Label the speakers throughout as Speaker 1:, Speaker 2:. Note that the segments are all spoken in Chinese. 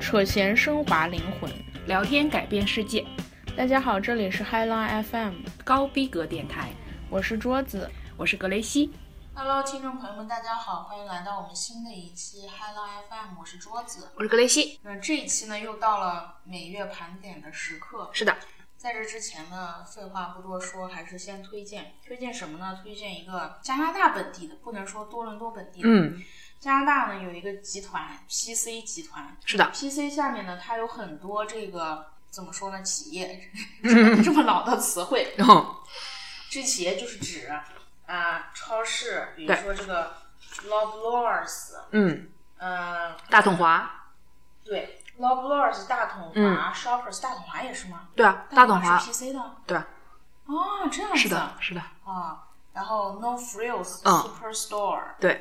Speaker 1: 扯闲升华灵魂。
Speaker 2: 聊天改变世界，
Speaker 1: 大家好，这里是 High Line FM，
Speaker 2: 高逼格电台，
Speaker 1: 我是桌子。
Speaker 2: 我是格雷西。
Speaker 3: Hello，听众朋友们，大家好，欢迎来到我们新的一期 High Line FM，我是桌子。
Speaker 2: 我是格雷西。
Speaker 3: 那这一期呢，又到了每月盘点的时刻。
Speaker 2: 是的，
Speaker 3: 在这之前呢，废话不多说，还是先推荐，推荐什么呢？推荐一个加拿大本地的，不能说多伦多本地的。
Speaker 2: 嗯，
Speaker 3: 加拿大呢有一个集团 PC 集团
Speaker 2: 是的，
Speaker 3: ，PC 下面呢它有很多这个怎么说呢？企业 这么老的词汇，
Speaker 2: 然后
Speaker 3: 这企业就是指啊，超市，比如
Speaker 2: 对
Speaker 3: 说这个 Loblaws，
Speaker 2: 嗯，
Speaker 3: 呃，
Speaker 2: 大统华，
Speaker 3: 对，Loblaws 大统华、
Speaker 2: 嗯
Speaker 3: Shoppers 大统华也是吗？
Speaker 2: 对啊，大统
Speaker 3: 华
Speaker 2: 华
Speaker 3: 是，PC 的。
Speaker 2: 对啊，
Speaker 3: 啊，这样子
Speaker 2: 是的，是的，
Speaker 3: 啊。然后 No Frills、
Speaker 2: 嗯
Speaker 3: Superstore，
Speaker 2: 对，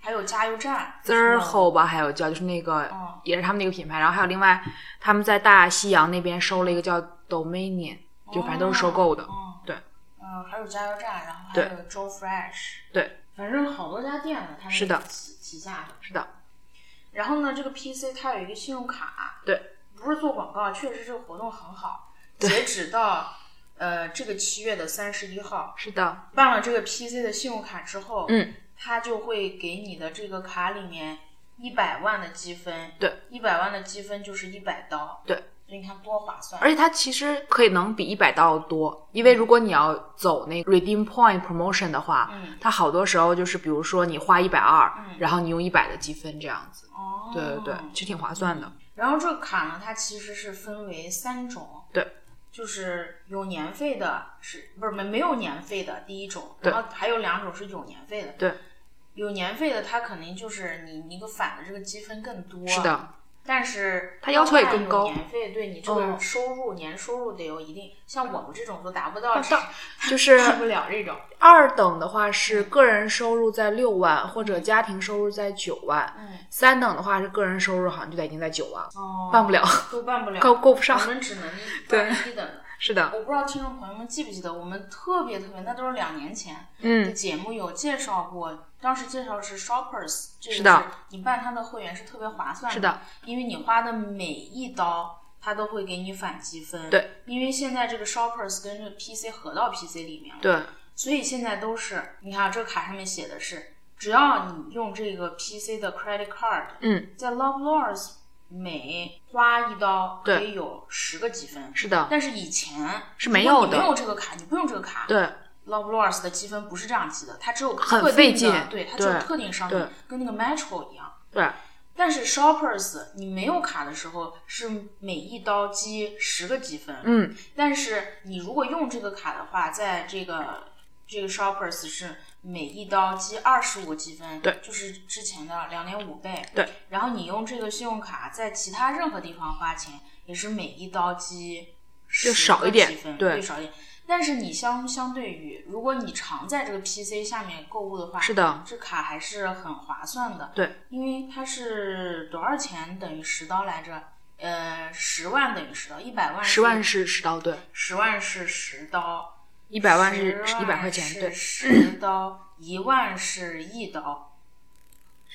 Speaker 3: 还有加油站
Speaker 2: 滋儿后吧，还有叫就是那个
Speaker 3: 哦
Speaker 2: 也是他们那个品牌，然后还有另外他们在大西洋那边收了一个叫 Dominion，就反正都是收购的，
Speaker 3: 嗯，
Speaker 2: 对，
Speaker 3: 嗯，还有加油站，然后还
Speaker 2: 对
Speaker 3: 有 Joe Fresh，
Speaker 2: 对，
Speaker 3: 反正好多家店呢，它
Speaker 2: 是的
Speaker 3: 旗旗下的。
Speaker 2: 是的，
Speaker 3: 然后呢，这个 PC 它有一个信用卡，
Speaker 2: 对，
Speaker 3: 不是做广告，确实这个活动很好，
Speaker 2: 对
Speaker 3: 截止到呃这个七月的三十一号。
Speaker 2: 是的，
Speaker 3: 办了这个 PC 的信用卡之后，
Speaker 2: 嗯，
Speaker 3: 它就会给你的这个卡里面一百万的积分，
Speaker 2: 对，
Speaker 3: 一百万的积分就是一百刀，
Speaker 2: 对，
Speaker 3: 所以你看多划算。
Speaker 2: 而且它其实可以能比一百刀多，因为如果你要走那个 redeem point promotion 的话，
Speaker 3: 嗯，
Speaker 2: 它好多时候就是比如说你花一百二
Speaker 3: 嗯，
Speaker 2: 然后你用一百的积分这样子，
Speaker 3: 哦，
Speaker 2: 对对对，其实挺划算的，
Speaker 3: 然后这个卡呢，它其实是分为三种，
Speaker 2: 对，
Speaker 3: 就是有年费的，是不是没没有年费的第一种，
Speaker 2: 对
Speaker 3: 然后还有两种是有年费的，
Speaker 2: 对，
Speaker 3: 有年费的它肯定就是你你一个返的这个积分更多，
Speaker 2: 是，的，嗯
Speaker 3: 但是
Speaker 2: 它要求也更高
Speaker 3: 有年费对你这个
Speaker 2: 嗯
Speaker 3: 收入、年收入得有一定，像我们这种都达不到，
Speaker 2: 达不到
Speaker 3: 达
Speaker 2: 就是
Speaker 3: 不了这种，
Speaker 2: 二等的话是个人收入在六万，或者家庭收入在九万。
Speaker 3: 嗯，
Speaker 2: 三等的话是个人收入好像就得已经在九万了，
Speaker 3: 哦，
Speaker 2: 办不
Speaker 3: 了，
Speaker 2: 了，
Speaker 3: 都办不了，
Speaker 2: 够够不上
Speaker 3: 我。们只能
Speaker 2: 对
Speaker 3: 办一等的。
Speaker 2: 是的，
Speaker 3: 我不知道听众朋友们记不记得，我们特别特别，那都是两年前的
Speaker 2: 嗯，
Speaker 3: 节目有介绍过，当时介绍的是 Shoppers，这个
Speaker 2: 是的，
Speaker 3: 你办他的会员是特别划算
Speaker 2: 是的，
Speaker 3: 因为你花的每一刀，他都会给你返积分，
Speaker 2: 对，
Speaker 3: 因为现在这个 Shoppers 跟这个 PC 合到 PC 里面了，
Speaker 2: 对，
Speaker 3: 所以现在都是，你看啊这个卡上面写的是，只要你用这个 PC 的 credit card，
Speaker 2: 嗯，
Speaker 3: 在 Love Lords 每花一刀
Speaker 2: 对
Speaker 3: 可以有十个积分，
Speaker 2: 是的，
Speaker 3: 但是以前
Speaker 2: 是没有的
Speaker 3: 如果你没有这个卡，你不用这个卡。
Speaker 2: 对，
Speaker 3: Love Lords 的积分不是这样积的，它只有
Speaker 2: 很
Speaker 3: 特
Speaker 2: 费
Speaker 3: 定
Speaker 2: 劲
Speaker 3: 的，对，它只有
Speaker 2: 对
Speaker 3: 特定商品
Speaker 2: 对，
Speaker 3: 跟那个 Metro 一样。
Speaker 2: 对，
Speaker 3: 但是 Shoppers 你没有卡的时候是每一刀积十个积分，
Speaker 2: 嗯，
Speaker 3: 但是你如果用这个卡的话，在这个这个 Shoppers 是每一刀积二十五积分，
Speaker 2: 对，
Speaker 3: 就是之前的两点五倍，
Speaker 2: 对。
Speaker 3: 然后你用这个信用卡在其他任何地方花钱，也是每一刀积
Speaker 2: 就少一点
Speaker 3: 10个积分
Speaker 2: 对
Speaker 3: 对，少一点。但是你相相对于，如果你常在这个 PC 下面购物的话，
Speaker 2: 是的，
Speaker 3: 这卡还是很划算的。
Speaker 2: 对，
Speaker 3: 因为它是多少钱等于十刀来着？呃，十万等于十刀，一百万
Speaker 2: 十万是十刀，对，
Speaker 3: 十万是十刀，
Speaker 2: 一百万是
Speaker 3: 10
Speaker 2: 一百块钱，对。
Speaker 3: 是十刀，一万是一刀，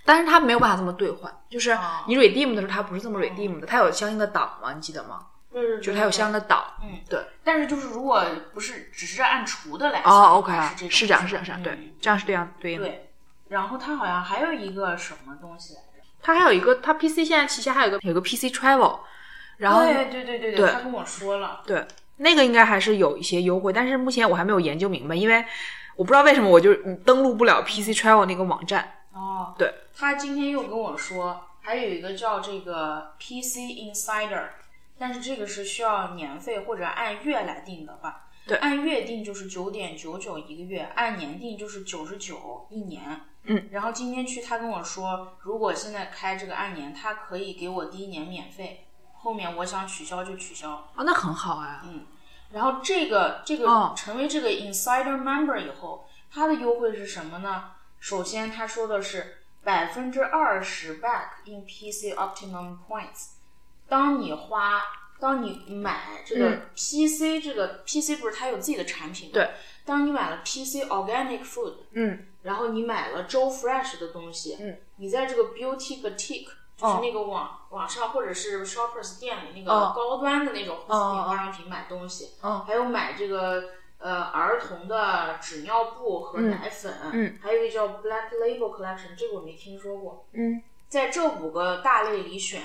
Speaker 2: 但是它没有办法这么兑换，就是
Speaker 3: 哦
Speaker 2: 你 redeem 的时候，它不是这么 redeem 的，它有相应的档嘛，你记得吗？
Speaker 3: 就是
Speaker 2: 就是它有相应的档。
Speaker 3: 嗯，
Speaker 2: 对。
Speaker 3: 但是就是如果不是只是按除的来算
Speaker 2: 哦
Speaker 3: 还
Speaker 2: ，OK，
Speaker 3: 是
Speaker 2: 是
Speaker 3: 这
Speaker 2: 这
Speaker 3: 种
Speaker 2: 样，是这样，是这样，
Speaker 3: 嗯
Speaker 2: 对，这样是这样对应的。
Speaker 3: 对。然后它好像还有一个什么东西来着？
Speaker 2: 它还有一个，它 PC 现在旗下还有一个有个 PC Travel，然后
Speaker 3: 对对对对
Speaker 2: 对
Speaker 3: 他跟我说了，
Speaker 2: 对那个应该还是有一些优惠，但是目前我还没有研究明白，因为我不知道为什么我就嗯登录不了 PC Travel 那个网站。
Speaker 3: 哦，
Speaker 2: 对，
Speaker 3: 他今天又跟我说，还有一个叫这个 PC Insider，但是这个是需要年费或者按月来定的吧？
Speaker 2: 对
Speaker 3: 按月定就是九点九九一个月，按年定就是九十九一年。
Speaker 2: 嗯，
Speaker 3: 然后今天去他跟我说，如果现在开这个按年，他可以给我第一年免费，后面我想取消就取消。
Speaker 2: 哦，那很好啊。
Speaker 3: 然后这个这个、
Speaker 2: 哦
Speaker 3: 成为这个 insider member 以后，它的优惠是什么呢？首先他说的是百分之二十 back in PC optimum points。当你花，当你买这个
Speaker 2: 嗯
Speaker 3: PC，、这个 PC 不是它有自己的产品吗？
Speaker 2: 对。
Speaker 3: 当你买了 PC organic food，
Speaker 2: 嗯，
Speaker 3: 然后你买了 Joe Fresh 的东西，
Speaker 2: 嗯，
Speaker 3: 你在这个 Beauty Boutique 就是
Speaker 2: 哦
Speaker 3: 那个网、网上或者是 Shoppers 店里那
Speaker 2: 哦
Speaker 3: 个高端的那种护肤
Speaker 2: 哦
Speaker 3: 品、
Speaker 2: 哦
Speaker 3: 化妆品买东西，
Speaker 2: 嗯
Speaker 3: 还有买这个呃儿童的纸尿布和
Speaker 2: 嗯
Speaker 3: 奶粉，
Speaker 2: 嗯
Speaker 3: 还有一个叫 Black Label Collection，这个我没听说过。
Speaker 2: 嗯
Speaker 3: 在这五个大类里选，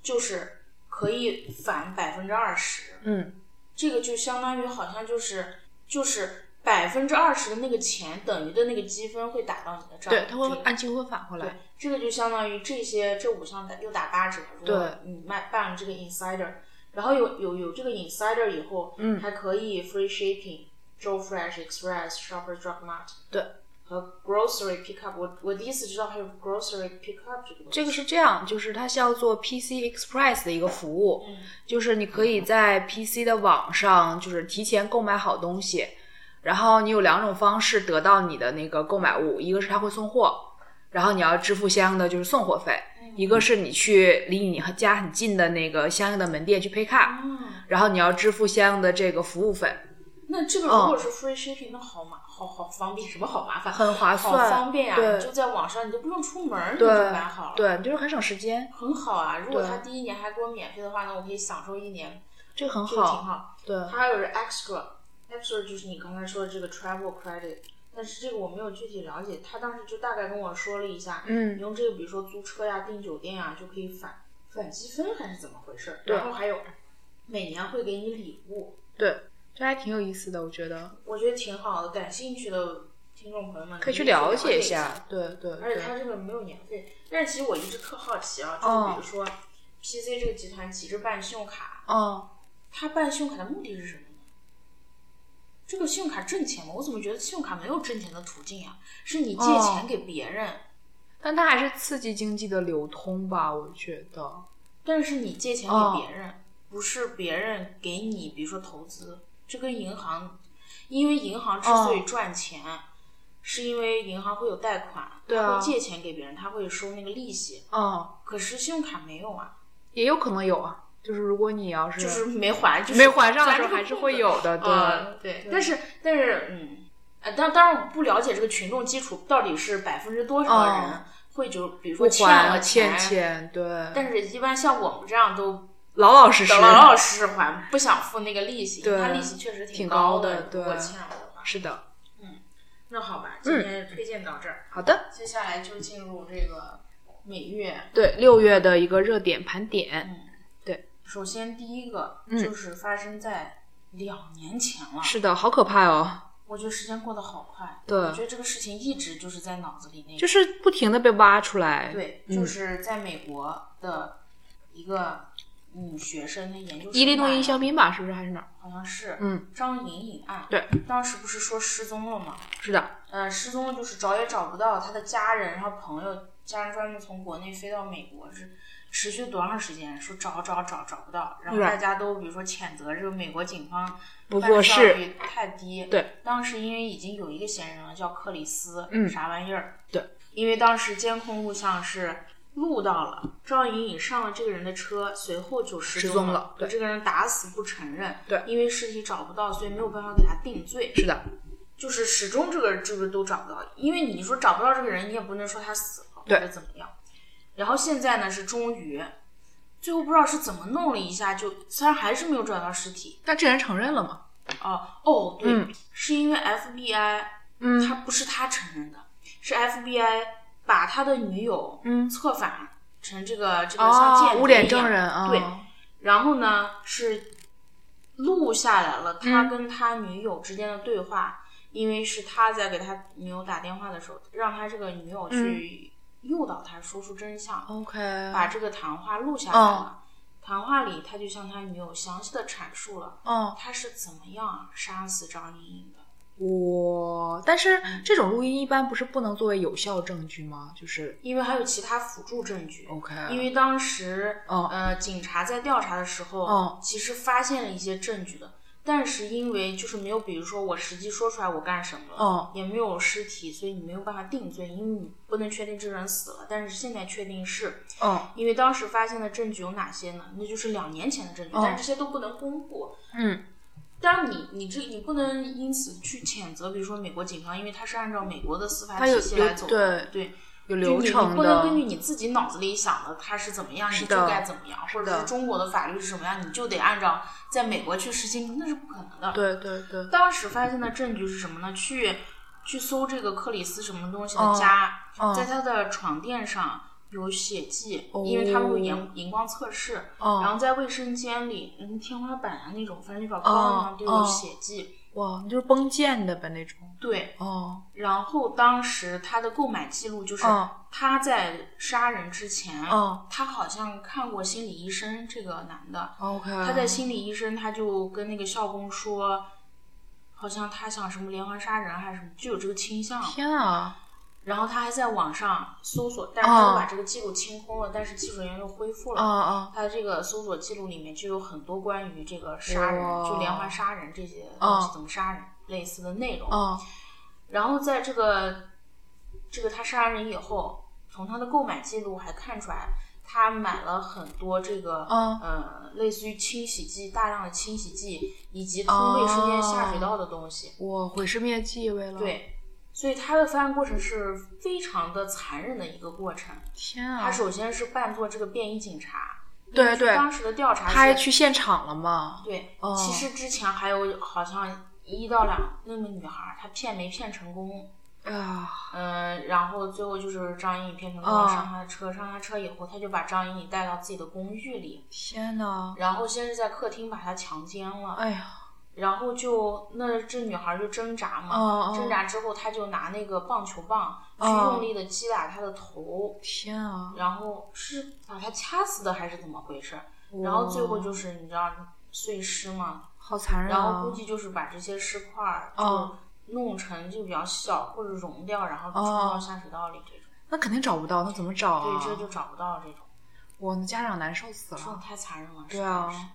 Speaker 3: 就是可以返百分之二十，
Speaker 2: 嗯
Speaker 3: 这个就相当于好像就是就是百分之二十的那个钱等于的那个积分会打到你的账，
Speaker 2: 对，他会
Speaker 3: 这个
Speaker 2: 按积分返回
Speaker 3: 对
Speaker 2: 来。，
Speaker 3: 这个就相当于这些这五项打又打八折，如果
Speaker 2: 对
Speaker 3: 你卖办了这个 insider，然后有有有这个 insider 以后，
Speaker 2: 嗯
Speaker 3: 还可以 free shipping、Joe Fresh Express、Shopper Drug Mart
Speaker 2: 对
Speaker 3: 和 grocery pickup，我我第一次知道还有 grocery pickup 这个东西
Speaker 2: 这个是这样，就是它是要做 PC Express 的一个服务，
Speaker 3: 嗯
Speaker 2: 就是你可以在 PC 的网上，就是提前购买好东西，然后你有两种方式得到你的那个购买物，一个是他会送货，然后你要支付相应的就是送货费，一个是你去离你家很近的那个相应的门店去 pick up，
Speaker 3: 啊，
Speaker 2: 然后你要支付相应的这个服务费，
Speaker 3: 那这个
Speaker 2: 嗯
Speaker 3: 如果是 free shipping，那好麻好好方便，什么好麻烦，
Speaker 2: 很划
Speaker 3: 好
Speaker 2: 算
Speaker 3: 方便呀、啊
Speaker 2: 对
Speaker 3: 你就在网上，你都不用出门儿，你就
Speaker 2: 对
Speaker 3: 买好了，，
Speaker 2: 对，就是很省时间，
Speaker 3: 很好啊。如果
Speaker 2: 对
Speaker 3: 他第一年还给我免费的话，那我可以享受一年，
Speaker 2: 这个很
Speaker 3: 这个挺
Speaker 2: 好，
Speaker 3: 好。
Speaker 2: 对，
Speaker 3: 还有是 extra，extra 就是你刚才说的这个 travel credit，但是这个我没有具体了解，他当时就大概跟我说了一下，
Speaker 2: 嗯
Speaker 3: 你用这个比如说租车呀、订酒店呀就可以返返积分还是怎么回事？
Speaker 2: 对
Speaker 3: 然后还有每年会给你礼物，
Speaker 2: 对，这还挺有意思的，我觉得。
Speaker 3: 我觉得挺好的，感兴趣的听众朋友们
Speaker 2: 可以去
Speaker 3: 你了
Speaker 2: 了解一
Speaker 3: 一下。
Speaker 2: 下，对对
Speaker 3: 而且
Speaker 2: 对，
Speaker 3: 它这个没有年费，但是其实我一直特好奇啊，就是
Speaker 2: 哦
Speaker 3: 比如说 PC 这个集团旗帜办信用卡，
Speaker 2: 哦，
Speaker 3: 它办信用卡的目的是什么呢？这个信用卡挣钱吗？我怎么觉得信用卡没有挣钱的途径呀、是你借
Speaker 2: 哦
Speaker 3: 钱给别人，
Speaker 2: 但它还是刺激经济的流通吧，我觉得。
Speaker 3: 但是你借钱
Speaker 2: 哦
Speaker 3: 给别人，不是别人给你，比如说投资，这跟银行，因为银行之所以
Speaker 2: 哦
Speaker 3: 赚钱，是因为银行会有贷款，
Speaker 2: 对啊
Speaker 3: 它会借钱给别人，它会收那个利息。
Speaker 2: 嗯，
Speaker 3: 可是信用卡没有啊，
Speaker 2: 也有可能有啊，就是如果你要是
Speaker 3: 就是没还，就是
Speaker 2: 啊没还上的
Speaker 3: 咱
Speaker 2: 时
Speaker 3: 这
Speaker 2: 候
Speaker 3: 个
Speaker 2: 还是
Speaker 3: 空
Speaker 2: 会
Speaker 3: 子
Speaker 2: 有的，
Speaker 3: 啊
Speaker 2: 对，
Speaker 3: 对
Speaker 2: 对，
Speaker 3: 但是但是嗯，呃，当当然我不了解这个群众基础到底是百分之多少的人
Speaker 2: 嗯
Speaker 3: 会就比如
Speaker 2: 不
Speaker 3: 说了
Speaker 2: 还
Speaker 3: 钱，
Speaker 2: 欠钱，对，
Speaker 3: 但是一般像我们这样都
Speaker 2: 老老实实，
Speaker 3: 老老实实还，不想付那个利息，因为
Speaker 2: 对
Speaker 3: 它利息确实
Speaker 2: 挺
Speaker 3: 高
Speaker 2: 高的
Speaker 3: 如果
Speaker 2: 对嗯
Speaker 3: 欠我的话。
Speaker 2: 是的，
Speaker 3: 那好吧，今天推荐到这儿，
Speaker 2: 好的，
Speaker 3: 接下来就进入这个每月。
Speaker 2: 对，六月的一个热点盘点，
Speaker 3: 嗯，
Speaker 2: 对。
Speaker 3: 首先第一个
Speaker 2: 嗯
Speaker 3: 就是发生在两年前了，
Speaker 2: 是的，好可怕哦，
Speaker 3: 我觉得时间过得好快。
Speaker 2: 对
Speaker 3: 我觉得这个事情一直就是在脑子里那个。
Speaker 2: 就是不停的被挖出来，
Speaker 3: 对，
Speaker 2: 嗯
Speaker 3: 就是在美国的一个嗯学生的研究生
Speaker 2: 伊利诺伊
Speaker 3: 吧
Speaker 2: 香槟吧，是不是还是哪儿？
Speaker 3: 好像是
Speaker 2: 嗯，
Speaker 3: 张莹莹案，
Speaker 2: 对，
Speaker 3: 当时不是说失踪了吗？
Speaker 2: 是的，
Speaker 3: 呃，失踪了就是找也找不到，他的家人然后朋友家人专门从国内飞到美国是。持续多长时间？说找找找找不到，然后
Speaker 2: 是
Speaker 3: 大家都比如说谴责这个美国警方
Speaker 2: 不
Speaker 3: 办
Speaker 2: 做
Speaker 3: 事效
Speaker 2: 事
Speaker 3: 率太低。
Speaker 2: 对，
Speaker 3: 当时因为已经有一个嫌疑人了，叫克里斯，
Speaker 2: 嗯
Speaker 3: 啥玩意儿？
Speaker 2: 对，
Speaker 3: 因为当时监控录像是录到了赵莹莹上了这个人的车，随后就失
Speaker 2: 失踪
Speaker 3: 了
Speaker 2: 了，
Speaker 3: 就
Speaker 2: 对
Speaker 3: 这个人打死不承认。
Speaker 2: 对
Speaker 3: 因为尸体找不到，所以没有办法给他定罪，
Speaker 2: 是的，
Speaker 3: 就是始终这个这个都找不到。因为你说找不到这个人，你也不能说他死了或
Speaker 2: 对
Speaker 3: 者怎么样。然后现在呢是终于，最后不知道是怎么弄了一下，就虽然还是没有找到尸体，
Speaker 2: 那这人承认了吗？
Speaker 3: 哦哦，对，
Speaker 2: 嗯
Speaker 3: 是因为 FBI，
Speaker 2: 嗯
Speaker 3: 他不是他承认的，是 FBI 把他的女友
Speaker 2: 嗯
Speaker 3: 策反成这个这个像
Speaker 2: 哦，
Speaker 3: 间谍一样
Speaker 2: 污点证人啊，
Speaker 3: 对，然后呢是录下来了他
Speaker 2: 嗯
Speaker 3: 跟他女友之间的对话，因为是他在给他女友打电话的时候，让他这个女
Speaker 2: 嗯
Speaker 3: 友去诱导他说出真相，
Speaker 2: OK，
Speaker 3: 把这个谈话录下来
Speaker 2: 嗯
Speaker 3: 了。谈话里，他就向他女友详细的阐述了
Speaker 2: 哦，
Speaker 3: 他是怎么样杀死张莹莹的。
Speaker 2: 我，但是
Speaker 3: 嗯
Speaker 2: 这种录音一般不是不能作为有效证据吗？就是
Speaker 3: 因为还有其他辅助证据。
Speaker 2: OK，
Speaker 3: 因为当时、
Speaker 2: 哦
Speaker 3: 呃警察在调查的时候，
Speaker 2: 哦
Speaker 3: 其实发现了一些证据的，但是因为就是没有，比如说我实际说出来我干什么了，
Speaker 2: 哦
Speaker 3: 也没有尸体，所以你没有办法定罪，因为你不能确定这个人死了。但是现在确定是
Speaker 2: 哦
Speaker 3: 因为当时发现的证据有哪些呢？那就是两年前的证据，
Speaker 2: 哦
Speaker 3: 但这些都不能公布。
Speaker 2: 嗯
Speaker 3: 但你你这你不能因此去谴责，比如说美国警方，因为他是按照美国的司法
Speaker 2: 他
Speaker 3: 体
Speaker 2: 有
Speaker 3: 系
Speaker 2: 有
Speaker 3: 来走的，对
Speaker 2: 有
Speaker 3: 就
Speaker 2: 流
Speaker 3: 你
Speaker 2: 程
Speaker 3: 你不能根据
Speaker 2: 的，
Speaker 3: 你自己脑子里想的它是怎么样，
Speaker 2: 是
Speaker 3: 你
Speaker 2: 的
Speaker 3: 就该怎么样，或者
Speaker 2: 的
Speaker 3: 是中国的法律是什么样，你就得按照在美国去实行，那是不可能的。
Speaker 2: 对对对，
Speaker 3: 当时发现的证据是什么呢？去去搜这个克里斯什么东西
Speaker 2: 哦
Speaker 3: 的家，
Speaker 2: 嗯
Speaker 3: 在他的床垫上有血迹，
Speaker 2: 哦
Speaker 3: 因为他们会荧荧光测试，然
Speaker 2: 嗯，
Speaker 3: 后在卫生间里，嗯，天花板啊那种反正小高上都
Speaker 2: 嗯
Speaker 3: 有血迹。
Speaker 2: 哇，就是崩溅的呗那种，
Speaker 3: 对，
Speaker 2: 哦
Speaker 3: 然后当时他的购买记录就是
Speaker 2: 哦
Speaker 3: 他在杀人之前，
Speaker 2: 哦
Speaker 3: 他好像看过心理医生，这个男的，
Speaker 2: ，OK，
Speaker 3: 他在心理医生，他就跟那个校工说，好像他想什么连环杀人还是什么，就有这个倾向。
Speaker 2: 天啊，
Speaker 3: 然后他还在网上搜索，但是他
Speaker 2: 哦
Speaker 3: 又把这个记录清空了，但是技术人员又恢复了。
Speaker 2: 啊啊
Speaker 3: 他的这个搜索记录里面就有很多关于这个杀人，
Speaker 2: 哇
Speaker 3: 就连环杀人这些东西
Speaker 2: 哦
Speaker 3: 怎么杀人、类似的内容。
Speaker 2: 啊，
Speaker 3: 然后在这个这个他杀人以后，从他的购买记录还看出来，他买了很多这个、
Speaker 2: 嗯
Speaker 3: 呃类似于清洗剂，大量的清洗剂以及通卫生间下水道的东西。
Speaker 2: 我毁尸灭迹为了，，
Speaker 3: 对，所以他的犯案过程是非常的残忍的一个过程。
Speaker 2: 天啊
Speaker 3: 他，首先是扮作这个便衣警察，
Speaker 2: 对对，
Speaker 3: 当时的调查
Speaker 2: 他
Speaker 3: 是
Speaker 2: 还去现场了嘛？
Speaker 3: 对，
Speaker 2: 哦
Speaker 3: 其实之前还有好像一到两那个女孩儿，她骗没骗成功，
Speaker 2: 啊，
Speaker 3: 嗯，然后最后就是张颖骗成功
Speaker 2: 哦
Speaker 3: 上他的车，上他车以后，他就把张颖带到自己的公寓里，
Speaker 2: 天呐，
Speaker 3: 然后先是在客厅把她强奸了，
Speaker 2: 哎呀，
Speaker 3: 然后就那这女孩就挣扎
Speaker 2: 哦
Speaker 3: 嘛，
Speaker 2: 哦
Speaker 3: 挣扎之后他就拿那个棒球棒去
Speaker 2: 哦
Speaker 3: 用力的击打她的头，
Speaker 2: 天啊，
Speaker 3: 然后是把她掐死的还是怎么回事？然后最后就是你知道碎尸嘛，
Speaker 2: 好残忍啊，
Speaker 3: 然后估计就是把这些尸块儿
Speaker 2: 哦
Speaker 3: 就弄成就比较小或者溶掉，然后
Speaker 2: 哦
Speaker 3: 冲到下水道里这种。
Speaker 2: 那肯定找不到，那怎么找啊？
Speaker 3: 对，这就找不到这种，
Speaker 2: 我那家长难受死
Speaker 3: 这种
Speaker 2: 了。
Speaker 3: 太残忍了。
Speaker 2: 对啊
Speaker 3: 实在是，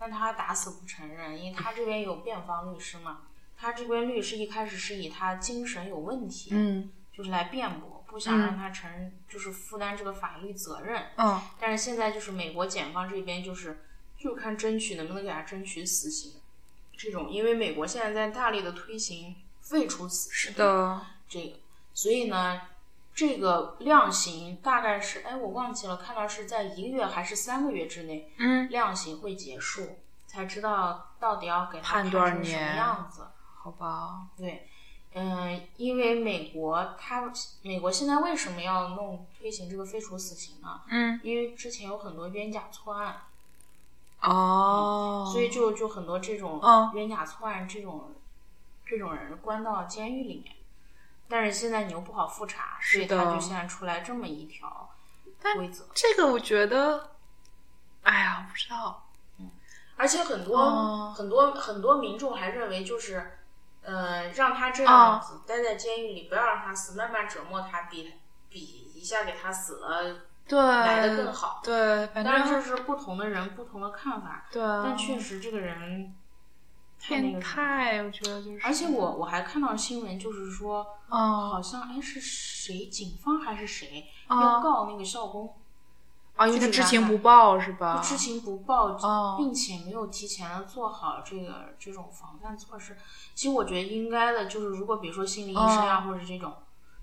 Speaker 3: 但他打死不承认，因为他这边有辩方律师嘛，他这边律师一开始是以他精神有问题，
Speaker 2: 嗯
Speaker 3: 就是来辩驳，不想让他承认，就是负担这个法律责任。
Speaker 2: 嗯，
Speaker 3: 但是现在就是美国检方这边就是就看争取能不能给他争取死刑，这种因为美国现在在大力的推行废除死刑，
Speaker 2: 是的，
Speaker 3: 这个，所以呢，这个量刑大概是哎我忘记了，看到是在一个月还是三个月之内
Speaker 2: 嗯，
Speaker 3: 量刑会结束，才知道到底要给他
Speaker 2: 判
Speaker 3: 判
Speaker 2: 多少
Speaker 3: 成什么
Speaker 2: 年
Speaker 3: 样子。
Speaker 2: 好吧，
Speaker 3: 对，嗯、因为美国它美国现在为什么要弄推行这个废除死刑呢？
Speaker 2: 嗯，
Speaker 3: 因为之前有很多冤假错案，
Speaker 2: 哦，
Speaker 3: 所以就就很多这种
Speaker 2: 嗯
Speaker 3: 冤假错案这种、这种人关到监狱里面。但是现在你又不好复查，所以
Speaker 2: 是的
Speaker 3: 他就现在出来这么一条
Speaker 2: 但
Speaker 3: 规则，
Speaker 2: 这个我觉得，哎呀，不知道，
Speaker 3: 而且很多、
Speaker 2: 哦
Speaker 3: 很多很多民众还认为就是，呃，让他
Speaker 2: 哦
Speaker 3: 这样子待在监狱里，不要让他死，慢慢折磨他，比比一下给他死了
Speaker 2: 对，
Speaker 3: 来的更好。
Speaker 2: 对，呃反
Speaker 3: 当然这
Speaker 2: 正
Speaker 3: 是不同的人不同的看法，
Speaker 2: 对啊，
Speaker 3: 但确实这个人太那
Speaker 2: 变
Speaker 3: 个什么
Speaker 2: 态，我觉得就是，
Speaker 3: 而且我我还看到新闻，就是说，
Speaker 2: 哦
Speaker 3: 好像哎是谁，警方还是谁、要
Speaker 2: 哦
Speaker 3: 告那个校工，
Speaker 2: 啊，因为他
Speaker 3: 就是
Speaker 2: 知情
Speaker 3: 让他
Speaker 2: 不报是吧？
Speaker 3: 知情不报，
Speaker 2: 哦
Speaker 3: 并且没有提前的做好这个这种防范措施。其实我觉得应该的，就是如果比如说心理医生
Speaker 2: 哦
Speaker 3: 啊，或者这种，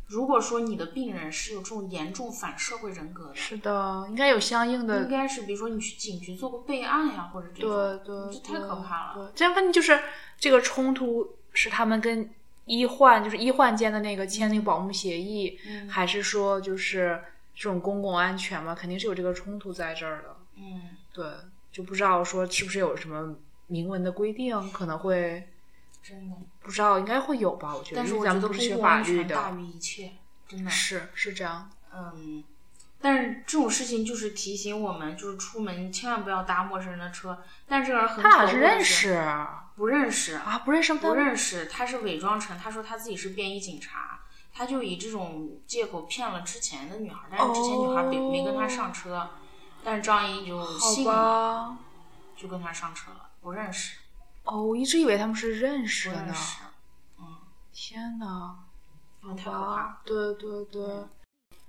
Speaker 3: 如果说你的病人是有这种严重反社会人格的，
Speaker 2: 是的，应该有相应的
Speaker 3: 应该是比如说你去警局做个备案呀、或者这
Speaker 2: 对
Speaker 3: 种，
Speaker 2: 对，
Speaker 3: 这太
Speaker 2: 对
Speaker 3: 可怕了。
Speaker 2: 对，这样问题就是这个冲突是他们跟医患，就是医患间的那个签那个保密协议，
Speaker 3: 嗯
Speaker 2: 还是说就是这种公共安全嘛？肯定是有这个冲突在这儿的。
Speaker 3: 嗯，
Speaker 2: 对，就不知道说是不是有什么明文的规定，可能会
Speaker 3: 真的。
Speaker 2: 不知道，应该会有吧？我觉得，
Speaker 3: 但是
Speaker 2: 因
Speaker 3: 我
Speaker 2: 为
Speaker 3: 觉
Speaker 2: 咱
Speaker 3: 得
Speaker 2: 们
Speaker 3: 公
Speaker 2: 不是学
Speaker 3: 共
Speaker 2: 法
Speaker 3: 安
Speaker 2: 律
Speaker 3: 全大
Speaker 2: 的，
Speaker 3: 于一切，真的。
Speaker 2: 是是这样。
Speaker 3: 嗯，但是这种事情就是提醒我们，就是出门千万不要搭陌生人的车。但这个人很
Speaker 2: 他俩
Speaker 3: 可
Speaker 2: 是
Speaker 3: 恶的
Speaker 2: 认识啊？
Speaker 3: 不认识？
Speaker 2: 不认识吗，
Speaker 3: 不认识，他是伪装成他说他自己是便衣警察，他就以这种借口骗了之前的女孩，但是之前女孩没、没跟他上车，但是张怡就
Speaker 2: 好
Speaker 3: 信了，
Speaker 2: 吧？
Speaker 3: 就跟他上车了，不认识，
Speaker 2: 哦，我一直以为他们是认识
Speaker 3: 不
Speaker 2: 的
Speaker 3: 认
Speaker 2: 呢。
Speaker 3: 识，
Speaker 2: 天哪！
Speaker 3: 嗯，太可怕
Speaker 2: 哦
Speaker 3: 了。
Speaker 2: 对对对，嗯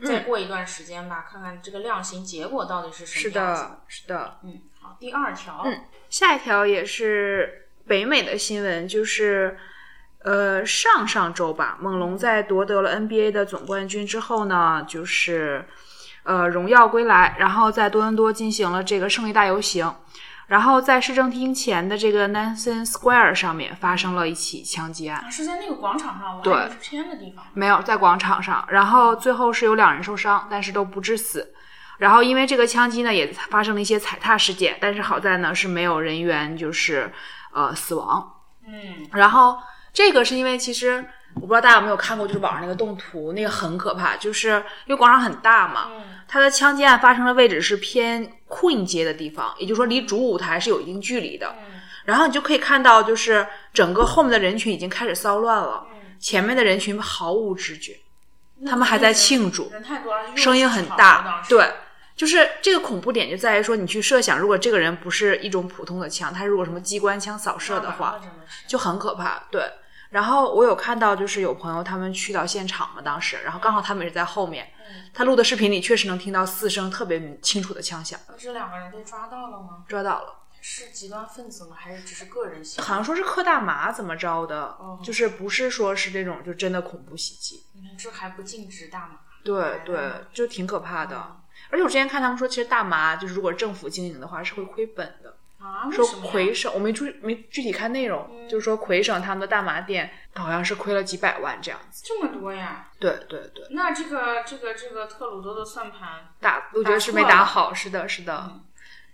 Speaker 3: 再过一段时间吧，看看这个量刑结果到底是什
Speaker 2: 是
Speaker 3: 么样子。
Speaker 2: 的，是的。
Speaker 3: 嗯，好，
Speaker 2: 嗯
Speaker 3: 第二条，
Speaker 2: 下一条也是北美的新闻，就是呃，上上周吧，猛龙在夺得了 NBA 的总冠军之后呢，就是呃荣耀归来，然后在多伦多进行了这个胜利大游行，然后在市政厅前的这个 Nansen Square 上面发生了一起枪击案，
Speaker 3: 啊，是在那个广场上，我
Speaker 2: 对
Speaker 3: 还以为是偏的地方。
Speaker 2: 没有在广场上，然后最后是有两人受伤，但是都不致死。然后因为这个枪击呢，也发生了一些踩踏事件，但是好在呢是没有人员就是呃死亡。
Speaker 3: 嗯，
Speaker 2: 然后这个是因为其实我不知道大家有没有看过，就是网上那个动图，那个很可怕，就是因为广场很大嘛，
Speaker 3: 嗯，
Speaker 2: 它的枪击案发生的位置是偏困街的地方，也就是说离主舞台是有一定距离的。
Speaker 3: 嗯，
Speaker 2: 然后你就可以看到，就是整个后面的人群已经开始骚乱了，
Speaker 3: 嗯
Speaker 2: 前面的人群毫无知觉，他们还在庆祝。
Speaker 3: 人太多了，
Speaker 2: 声音很
Speaker 3: 又是吵了
Speaker 2: 大
Speaker 3: 当，时
Speaker 2: 对，就是这个恐怖点就在于说，你去设想，如果这个人不是一种普通的枪，他如果什么机关枪扫射的话，，
Speaker 3: 那完了真的是
Speaker 2: 就很可怕。对，然后我有看到，就是有朋友他们去到现场了，当时，然后刚好他们也是在后面，
Speaker 3: 嗯
Speaker 2: 他录的视频里确实能听到四声特别清楚的枪响，
Speaker 3: 那呃这两个人被抓到了吗？
Speaker 2: 抓到了，
Speaker 3: 是极端分子吗？还是只是个人行为？
Speaker 2: 好像说是嗑大麻怎么着的
Speaker 3: 哦，
Speaker 2: 就是不是说是这种就真的恐怖袭击，
Speaker 3: 你看这还不禁止大麻。
Speaker 2: 对对，就挺可怕的。而且我之前看他们说，其实大麻就是如果政府经营的话是会亏本的。
Speaker 3: 啊？为
Speaker 2: 说
Speaker 3: 什么呀
Speaker 2: 魁省，我没注没具体看内容，
Speaker 3: 嗯
Speaker 2: 就是说魁省他们的大麻店好像是亏了几百万这样子。
Speaker 3: 这么多呀？
Speaker 2: 对对对，
Speaker 3: 那这个这个这个特鲁多的算盘，
Speaker 2: 打我觉得是没
Speaker 3: 打错
Speaker 2: 打
Speaker 3: 了
Speaker 2: 好，是的，是的，
Speaker 3: 嗯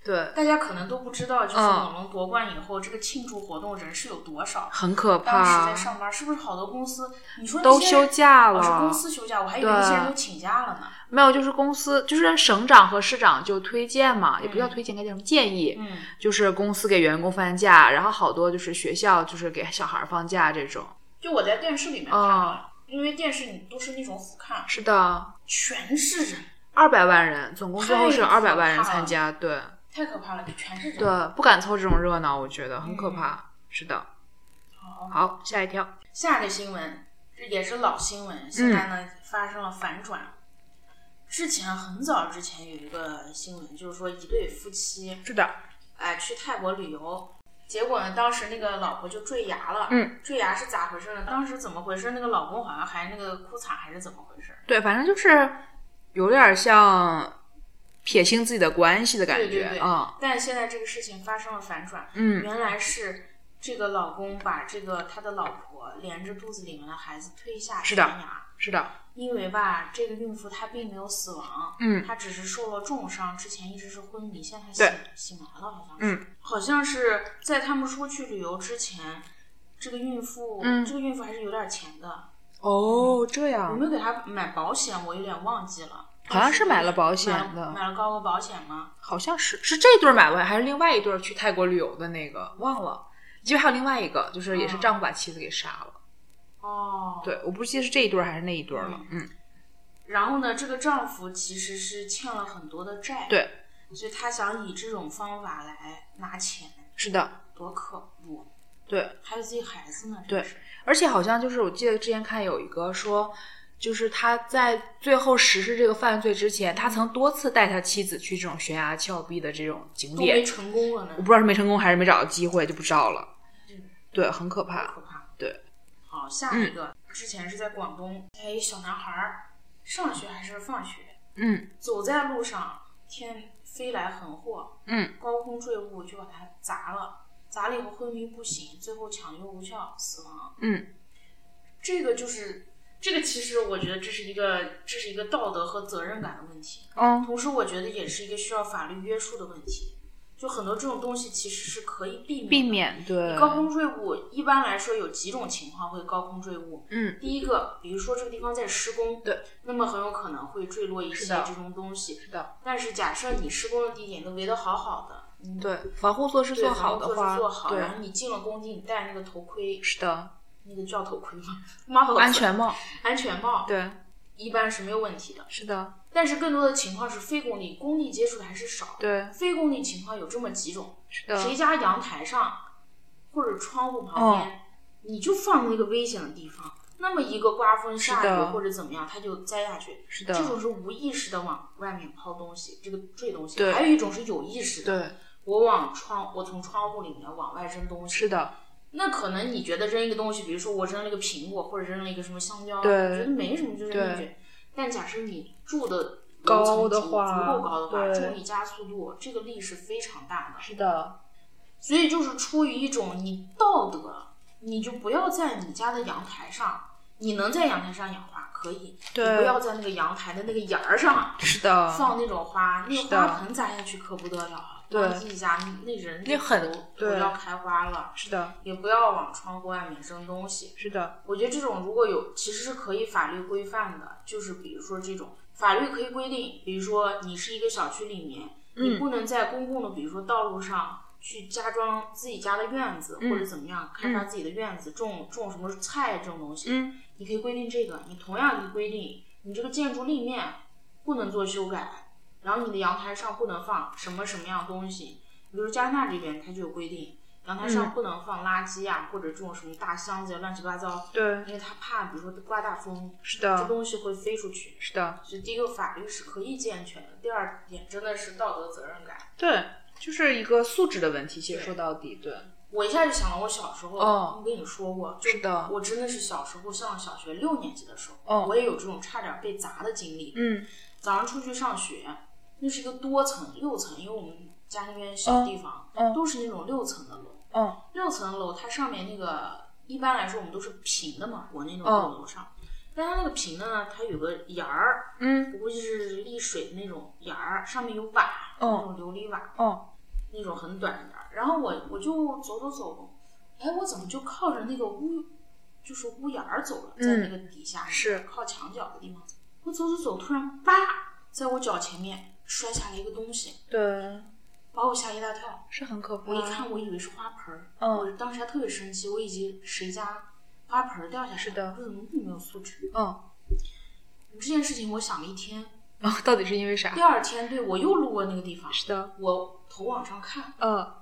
Speaker 2: 对，
Speaker 3: 大家可能都不知道，就是
Speaker 2: 嗯
Speaker 3: 猛龙夺冠以后，这个庆祝活动人是有多少？
Speaker 2: 很可
Speaker 3: 当时
Speaker 2: 怕
Speaker 3: 在，上班，是不是好多公司？你说
Speaker 2: 都休假
Speaker 3: 老是
Speaker 2: 了
Speaker 3: 公，司休假，我还以为那些人都请假了呢。
Speaker 2: 没有，就是公司就是省长和市长就推荐嘛，也不叫推荐，该叫什么建议，
Speaker 3: 嗯，
Speaker 2: 就是公司给员工放假，然后好多就是学校就是给小孩放假这种，嗯
Speaker 3: 就我在电视里面看
Speaker 2: 啊
Speaker 3: 到，因为电视你都是那种俯瞰，
Speaker 2: 是的，
Speaker 3: 全是人，
Speaker 2: 二百万人，总共最后是有
Speaker 3: 太
Speaker 2: 二
Speaker 3: 可怕
Speaker 2: 百万人
Speaker 3: 了
Speaker 2: 参加，对。
Speaker 3: 太可怕了，全是人。啊
Speaker 2: 对，不敢凑这种热闹，我觉得很可怕。是的，
Speaker 3: 好，
Speaker 2: 好，下一条，
Speaker 3: 哦下一个新闻这也是老新闻，现在
Speaker 2: 嗯
Speaker 3: 呢、发生了反转。之前很早之前有一个新闻，就是说一对夫妻
Speaker 2: 是的，
Speaker 3: 哎、去泰国旅游，结果呢当时那个老婆就坠崖了。
Speaker 2: 嗯，
Speaker 3: 坠崖是咋回事呢？当时怎么回事？那个老公好像还那个哭惨还是怎么回事？
Speaker 2: 对，反正就是有点像撇清自己的关系的感
Speaker 3: 对对
Speaker 2: 觉
Speaker 3: 对
Speaker 2: 啊，
Speaker 3: 但现在这个事情发生了反转，
Speaker 2: 嗯，
Speaker 3: 原来是这个老公把这个他的老婆连着肚子里面的孩子推下
Speaker 2: 是
Speaker 3: 悬
Speaker 2: 的
Speaker 3: 崖，
Speaker 2: 是的，
Speaker 3: 因为吧，这个孕妇她并没有死亡，
Speaker 2: 嗯，
Speaker 3: 她只是受了重伤，之前一直是昏迷，现在
Speaker 2: 对嗯
Speaker 3: 醒醒来了，好像是，好像是在他们出去旅游之前。这个孕妇，
Speaker 2: 嗯
Speaker 3: 这个孕妇还是有点钱的，
Speaker 2: 哦，这
Speaker 3: 有
Speaker 2: 样，
Speaker 3: 没有给她买保险？我有点忘记了，
Speaker 2: 好像是买了保险
Speaker 3: 买
Speaker 2: 的
Speaker 3: 了买了高额保险吗？
Speaker 2: 好像是是这对儿买完，还是另外一对儿去泰国旅游的那个，忘了。因为还有另外一个，就是也是
Speaker 3: 哦
Speaker 2: 丈夫把妻子给杀了。
Speaker 3: 哦，
Speaker 2: 对，我不记得是这一对儿还是那一对儿了。嗯，
Speaker 3: 然后呢，这个丈夫其实是欠了很多的债，
Speaker 2: 对，
Speaker 3: 所以他想以这种方法来拿钱，
Speaker 2: 是的，
Speaker 3: 多可恶！
Speaker 2: 对。
Speaker 3: 还有自己孩子呢，
Speaker 2: 对
Speaker 3: 真是，
Speaker 2: 而且好像就是我记得之前看有一个说，就是他在最后实施这个犯罪之前，
Speaker 3: 嗯
Speaker 2: 他曾多次带他妻子去这种悬崖峭壁的这种景
Speaker 3: 都没
Speaker 2: 点，
Speaker 3: 成功了
Speaker 2: 我不
Speaker 3: 呢，
Speaker 2: 知道是没成功还是没找到机会，就不知道了
Speaker 3: 嗯。
Speaker 2: 对，很可
Speaker 3: 好
Speaker 2: 怕。
Speaker 3: 可怕。
Speaker 2: 对，嗯
Speaker 3: 好，下一个，之前是在广东，还有一小男孩儿，上学还是放学，
Speaker 2: 嗯
Speaker 3: 走在路上，天飞来横祸，
Speaker 2: 嗯，
Speaker 3: 高空坠物就把他砸了，砸了以后昏迷不醒，最后抢救无效死亡。
Speaker 2: 嗯，
Speaker 3: 这个就是这个，其实我觉得这是一个这是一个道德和责任感的问题，
Speaker 2: 哦，
Speaker 3: 同时我觉得也是一个需要法律约束的问题。就很多这种东西其实是可以避免的
Speaker 2: 避。免对，
Speaker 3: 高空坠物一般来说有几种情况会高空坠物。
Speaker 2: 嗯，
Speaker 3: 第一个，比如说这个地方在施工，
Speaker 2: 对，
Speaker 3: 那么很有可能会坠落一
Speaker 2: 是
Speaker 3: 些
Speaker 2: 的
Speaker 3: 这种东西。
Speaker 2: 是的，
Speaker 3: 但是假设你施工的地点都围得好好的，你
Speaker 2: 对，防护措施
Speaker 3: 对
Speaker 2: 做好的
Speaker 3: 防护措
Speaker 2: 话
Speaker 3: 施做，好，
Speaker 2: 对，
Speaker 3: 然后你进了工地，你戴那个头盔，
Speaker 2: 是的，
Speaker 3: 那个叫头盔吗？妈
Speaker 2: 安全帽，
Speaker 3: 安全帽，
Speaker 2: 对，
Speaker 3: 一般是没有问题的。
Speaker 2: 是的，
Speaker 3: 但是更多的情况是非公立，公立接触的还是少。
Speaker 2: 对，
Speaker 3: 非公立情况有这么几种：
Speaker 2: 是
Speaker 3: 谁
Speaker 2: 的，
Speaker 3: 家阳台上或者窗户旁
Speaker 2: 哦
Speaker 3: 边，你就放那个危险的地方，那么一个刮风下
Speaker 2: 是的
Speaker 3: 雨或者怎么样，它就栽下去。
Speaker 2: 是
Speaker 3: 这
Speaker 2: 的，
Speaker 3: 种是无意识的往外面抛东西，这个坠东西。
Speaker 2: 对
Speaker 3: 还有一种是有意识的，
Speaker 2: 对，
Speaker 3: 我往窗，我从窗户里面往外扔东西。
Speaker 2: 是的，
Speaker 3: 那可能你觉得扔一个东西，比如说我扔了一个苹果或者扔了一个什么香蕉，
Speaker 2: 对
Speaker 3: 你觉得没什么，就扔进去。但假设你住的
Speaker 2: 高
Speaker 3: 楼层
Speaker 2: 的
Speaker 3: 足
Speaker 2: 话
Speaker 3: 足够高的话，
Speaker 2: 对
Speaker 3: 重力加速度这个力是非常大的。
Speaker 2: 是的，
Speaker 3: 所以就是出于一种你道德，你就不要在你家的阳台上，你能在阳台上养花可以，
Speaker 2: 对
Speaker 3: 你不要在那个阳台的那个沿儿上
Speaker 2: 是的，
Speaker 3: 放那种花，那
Speaker 2: 啊是
Speaker 3: 个
Speaker 2: 的
Speaker 3: 花盆砸下去可不得了，
Speaker 2: 对
Speaker 3: 万一一下那人
Speaker 2: 那很
Speaker 3: 头头
Speaker 2: 对
Speaker 3: 要开花了。
Speaker 2: 是的，
Speaker 3: 也不要往窗户外面扔东西。
Speaker 2: 是的，
Speaker 3: 我觉得这种如果有，其实是可以法律规范的，就是比如说这种法律可以规定，比如说你是一个小区里面，你
Speaker 2: 嗯
Speaker 3: 不能在公共的，比如说道路上去加装自己家的院子、
Speaker 2: 嗯
Speaker 3: 或者怎么样，开发自己的院子，种种什么菜这种东西，
Speaker 2: 嗯，
Speaker 3: 你可以规定这个，你同样可以规定你这个建筑立面不能做修改，然后你的阳台上不能放什么什么样的东西，比如加拿大这边它就有规定，阳台
Speaker 2: 嗯
Speaker 3: 上不能放垃圾呀、或者这种什么大箱子啊乱七八糟，
Speaker 2: 对，
Speaker 3: 因为它怕比如说刮大风，
Speaker 2: 是
Speaker 3: 这
Speaker 2: 的，
Speaker 3: 东西会飞出去。
Speaker 2: 是的，
Speaker 3: 所以第一个法律是可以健全的，第二点真的是道德责任感。
Speaker 2: 对，就是一个素质的问题。其实
Speaker 3: 对
Speaker 2: 说到底，对，
Speaker 3: 我一下就想到我小时候，
Speaker 2: 哦
Speaker 3: 我跟你说过，就是
Speaker 2: 的，
Speaker 3: 我真的是小时候上小学六年级的时候，
Speaker 2: 哦
Speaker 3: 我也有这种差点被砸的经历。
Speaker 2: 嗯，
Speaker 3: 早上出去上学，那是一个多层六层，因为我们家那边小地方，
Speaker 2: 嗯嗯
Speaker 3: 都是那种六层的楼。
Speaker 2: 哦，
Speaker 3: 六层楼它上面那个一般来说我们都是平的嘛，我那种
Speaker 2: 嗯
Speaker 3: 楼上，但它那个平的呢，它有个沿儿，
Speaker 2: 嗯，
Speaker 3: 我估计是沥水的那种沿儿，上面有瓦，那
Speaker 2: 哦
Speaker 3: 种琉璃瓦，
Speaker 2: 哦，
Speaker 3: 那种很短的沿儿。然后我我就走走走，哎，我怎么就靠着那个屋，就是屋檐儿走了，在那个底下、
Speaker 2: 嗯是
Speaker 3: 靠墙角的地方走。我走走走，突然叭，在我脚前面摔下来一个东西，
Speaker 2: 对，
Speaker 3: 把我吓一大跳。
Speaker 2: 是很可怕
Speaker 3: 我一。看，我以为是花盆儿，
Speaker 2: 嗯
Speaker 3: 我当时还特别生气，我以为谁家花盆儿掉下来了，
Speaker 2: 是的
Speaker 3: 我怎么这么没有素质？
Speaker 2: 嗯，
Speaker 3: 这件事情我想了一天，
Speaker 2: 然 后到底是因为啥
Speaker 3: 第？二天对我又路过那个地方，
Speaker 2: 是的，
Speaker 3: 我头往上看，
Speaker 2: 嗯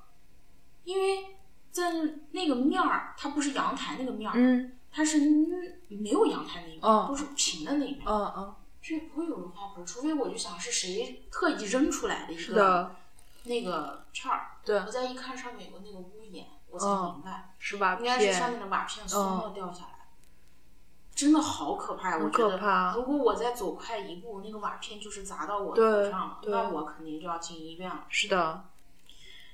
Speaker 3: 因为在那个面儿，它不是阳台那个面儿，
Speaker 2: 嗯
Speaker 3: 它是没有阳台那一面，
Speaker 2: 嗯
Speaker 3: 都是平的那一面，
Speaker 2: 嗯嗯，
Speaker 3: 这不会有人花盆儿，除非我就想是谁特意扔出来的一
Speaker 2: 是
Speaker 3: 个
Speaker 2: 的，
Speaker 3: 那个片儿。
Speaker 2: 对
Speaker 3: 我，再一看上面有个那个屋檐，我才
Speaker 2: 嗯
Speaker 3: 明白，
Speaker 2: 是吧？
Speaker 3: 应该是上面
Speaker 2: 片，
Speaker 3: 的瓦片松了掉下来。真的好可怕呀！我觉
Speaker 2: 很可
Speaker 3: 得
Speaker 2: 怕
Speaker 3: 如果我再走快一步，那个瓦片就是砸到我
Speaker 2: 对
Speaker 3: 头上了，
Speaker 2: 对
Speaker 3: 那我肯定就要进医院了。
Speaker 2: 是的，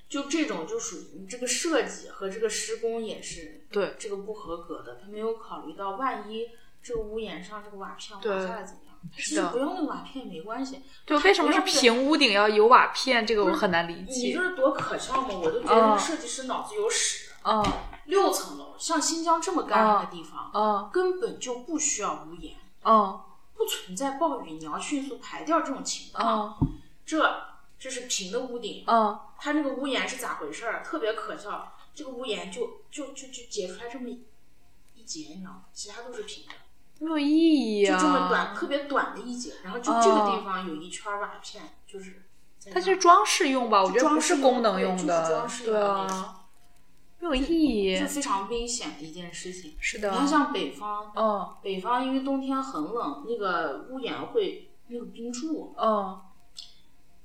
Speaker 3: 就这种就属于这个设计和这个施工也是
Speaker 2: 对，
Speaker 3: 这个不合格的，他没有考虑到万一这个屋檐上这个瓦片
Speaker 2: 对
Speaker 3: 滑下来怎么样？他其
Speaker 2: 是
Speaker 3: 实
Speaker 2: 的
Speaker 3: 不用那个瓦片也没关系，
Speaker 2: 对，为什么是平屋顶要有瓦片？这个我很难理
Speaker 3: 你
Speaker 2: 解
Speaker 3: 这。是多可笑吗？我都觉得这个
Speaker 2: 嗯
Speaker 3: 设计师脑子有屎。
Speaker 2: 嗯
Speaker 3: 六层楼，像新疆这么干的地方，
Speaker 2: 嗯
Speaker 3: 根本就不需要屋檐，
Speaker 2: 嗯
Speaker 3: 不存在暴雨你要迅速排掉这种情况。
Speaker 2: 嗯
Speaker 3: 这这是平的屋顶，
Speaker 2: 嗯，
Speaker 3: 它那个屋檐是咋回事儿？特别可笑，这个屋檐就就就就截出来这么一一截，你知道吗？其他都是平的，
Speaker 2: 没有意义
Speaker 3: 就
Speaker 2: 啊。
Speaker 3: 这么短，特别短的一截，然后就这个地方有一圈瓦片，就是在
Speaker 2: 哦
Speaker 3: 那儿。
Speaker 2: 它就是装饰用吧，我觉得
Speaker 3: 装
Speaker 2: 不
Speaker 3: 饰
Speaker 2: 是
Speaker 3: 用
Speaker 2: 功能用
Speaker 3: 对就是
Speaker 2: 的
Speaker 3: 装，饰用
Speaker 2: 对
Speaker 3: 的
Speaker 2: 啊，没有意义
Speaker 3: 是。非常危险的一件事情。
Speaker 2: 是
Speaker 3: 你
Speaker 2: 的，
Speaker 3: 看，像北方，
Speaker 2: 嗯
Speaker 3: 北方因为冬天很冷，那个屋檐会那个冰柱，
Speaker 2: 嗯，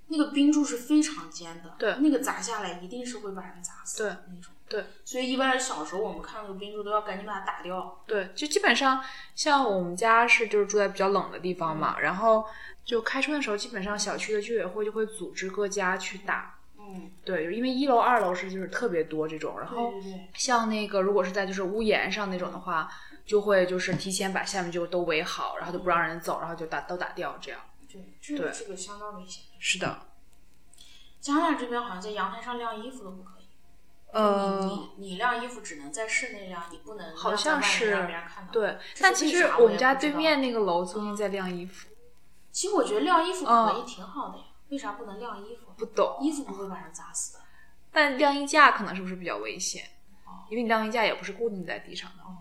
Speaker 3: 那个冰柱是非常尖的，
Speaker 2: 对
Speaker 3: 那个砸下来一定是会把人砸死，
Speaker 2: 对
Speaker 3: 那种，
Speaker 2: 对。
Speaker 3: 所以一般小时候我们看那个冰柱都要赶紧把它打掉，
Speaker 2: 对，就基本上像我们家是就是住在比较冷的地方
Speaker 3: 嗯
Speaker 2: 嘛，然后就开春的时候，基本上小区的居委会就会组织各家去打。
Speaker 3: 嗯，
Speaker 2: 对，因为一楼、二楼是就是特别多这种，然后
Speaker 3: 对对对，
Speaker 2: 像那个如果是在就是屋檐上那种的话，就会就是提前把下面就都围好，然后就不让人走，然后就打都打掉这样。
Speaker 3: 对，这个
Speaker 2: 对
Speaker 3: 这个相当危险。
Speaker 2: 是的，
Speaker 3: 加拿大这边好像在阳台上晾衣服都不可以，
Speaker 2: 呃，
Speaker 3: 嗯你你你晾衣服只能在室内晾，你不能晾
Speaker 2: 好
Speaker 3: 在
Speaker 2: 像
Speaker 3: 外面
Speaker 2: 是
Speaker 3: 让别人看到。，
Speaker 2: 对，
Speaker 3: 这
Speaker 2: 但
Speaker 3: 是
Speaker 2: 其
Speaker 3: 为
Speaker 2: 实
Speaker 3: 啥
Speaker 2: 我
Speaker 3: 我
Speaker 2: 们
Speaker 3: 也
Speaker 2: 家
Speaker 3: 不
Speaker 2: 对
Speaker 3: 知道嗯
Speaker 2: 面那个楼最近在晾衣服，
Speaker 3: 其实我觉得晾衣服可
Speaker 2: 嗯
Speaker 3: 以挺好的呀，为啥不能晾衣服？
Speaker 2: 不懂。
Speaker 3: 衣服不会把人砸死的。
Speaker 2: 但晾衣架可能是不是比较危险
Speaker 3: 哦？
Speaker 2: 因为你晾衣架也不是固定在地上的。
Speaker 3: 哦，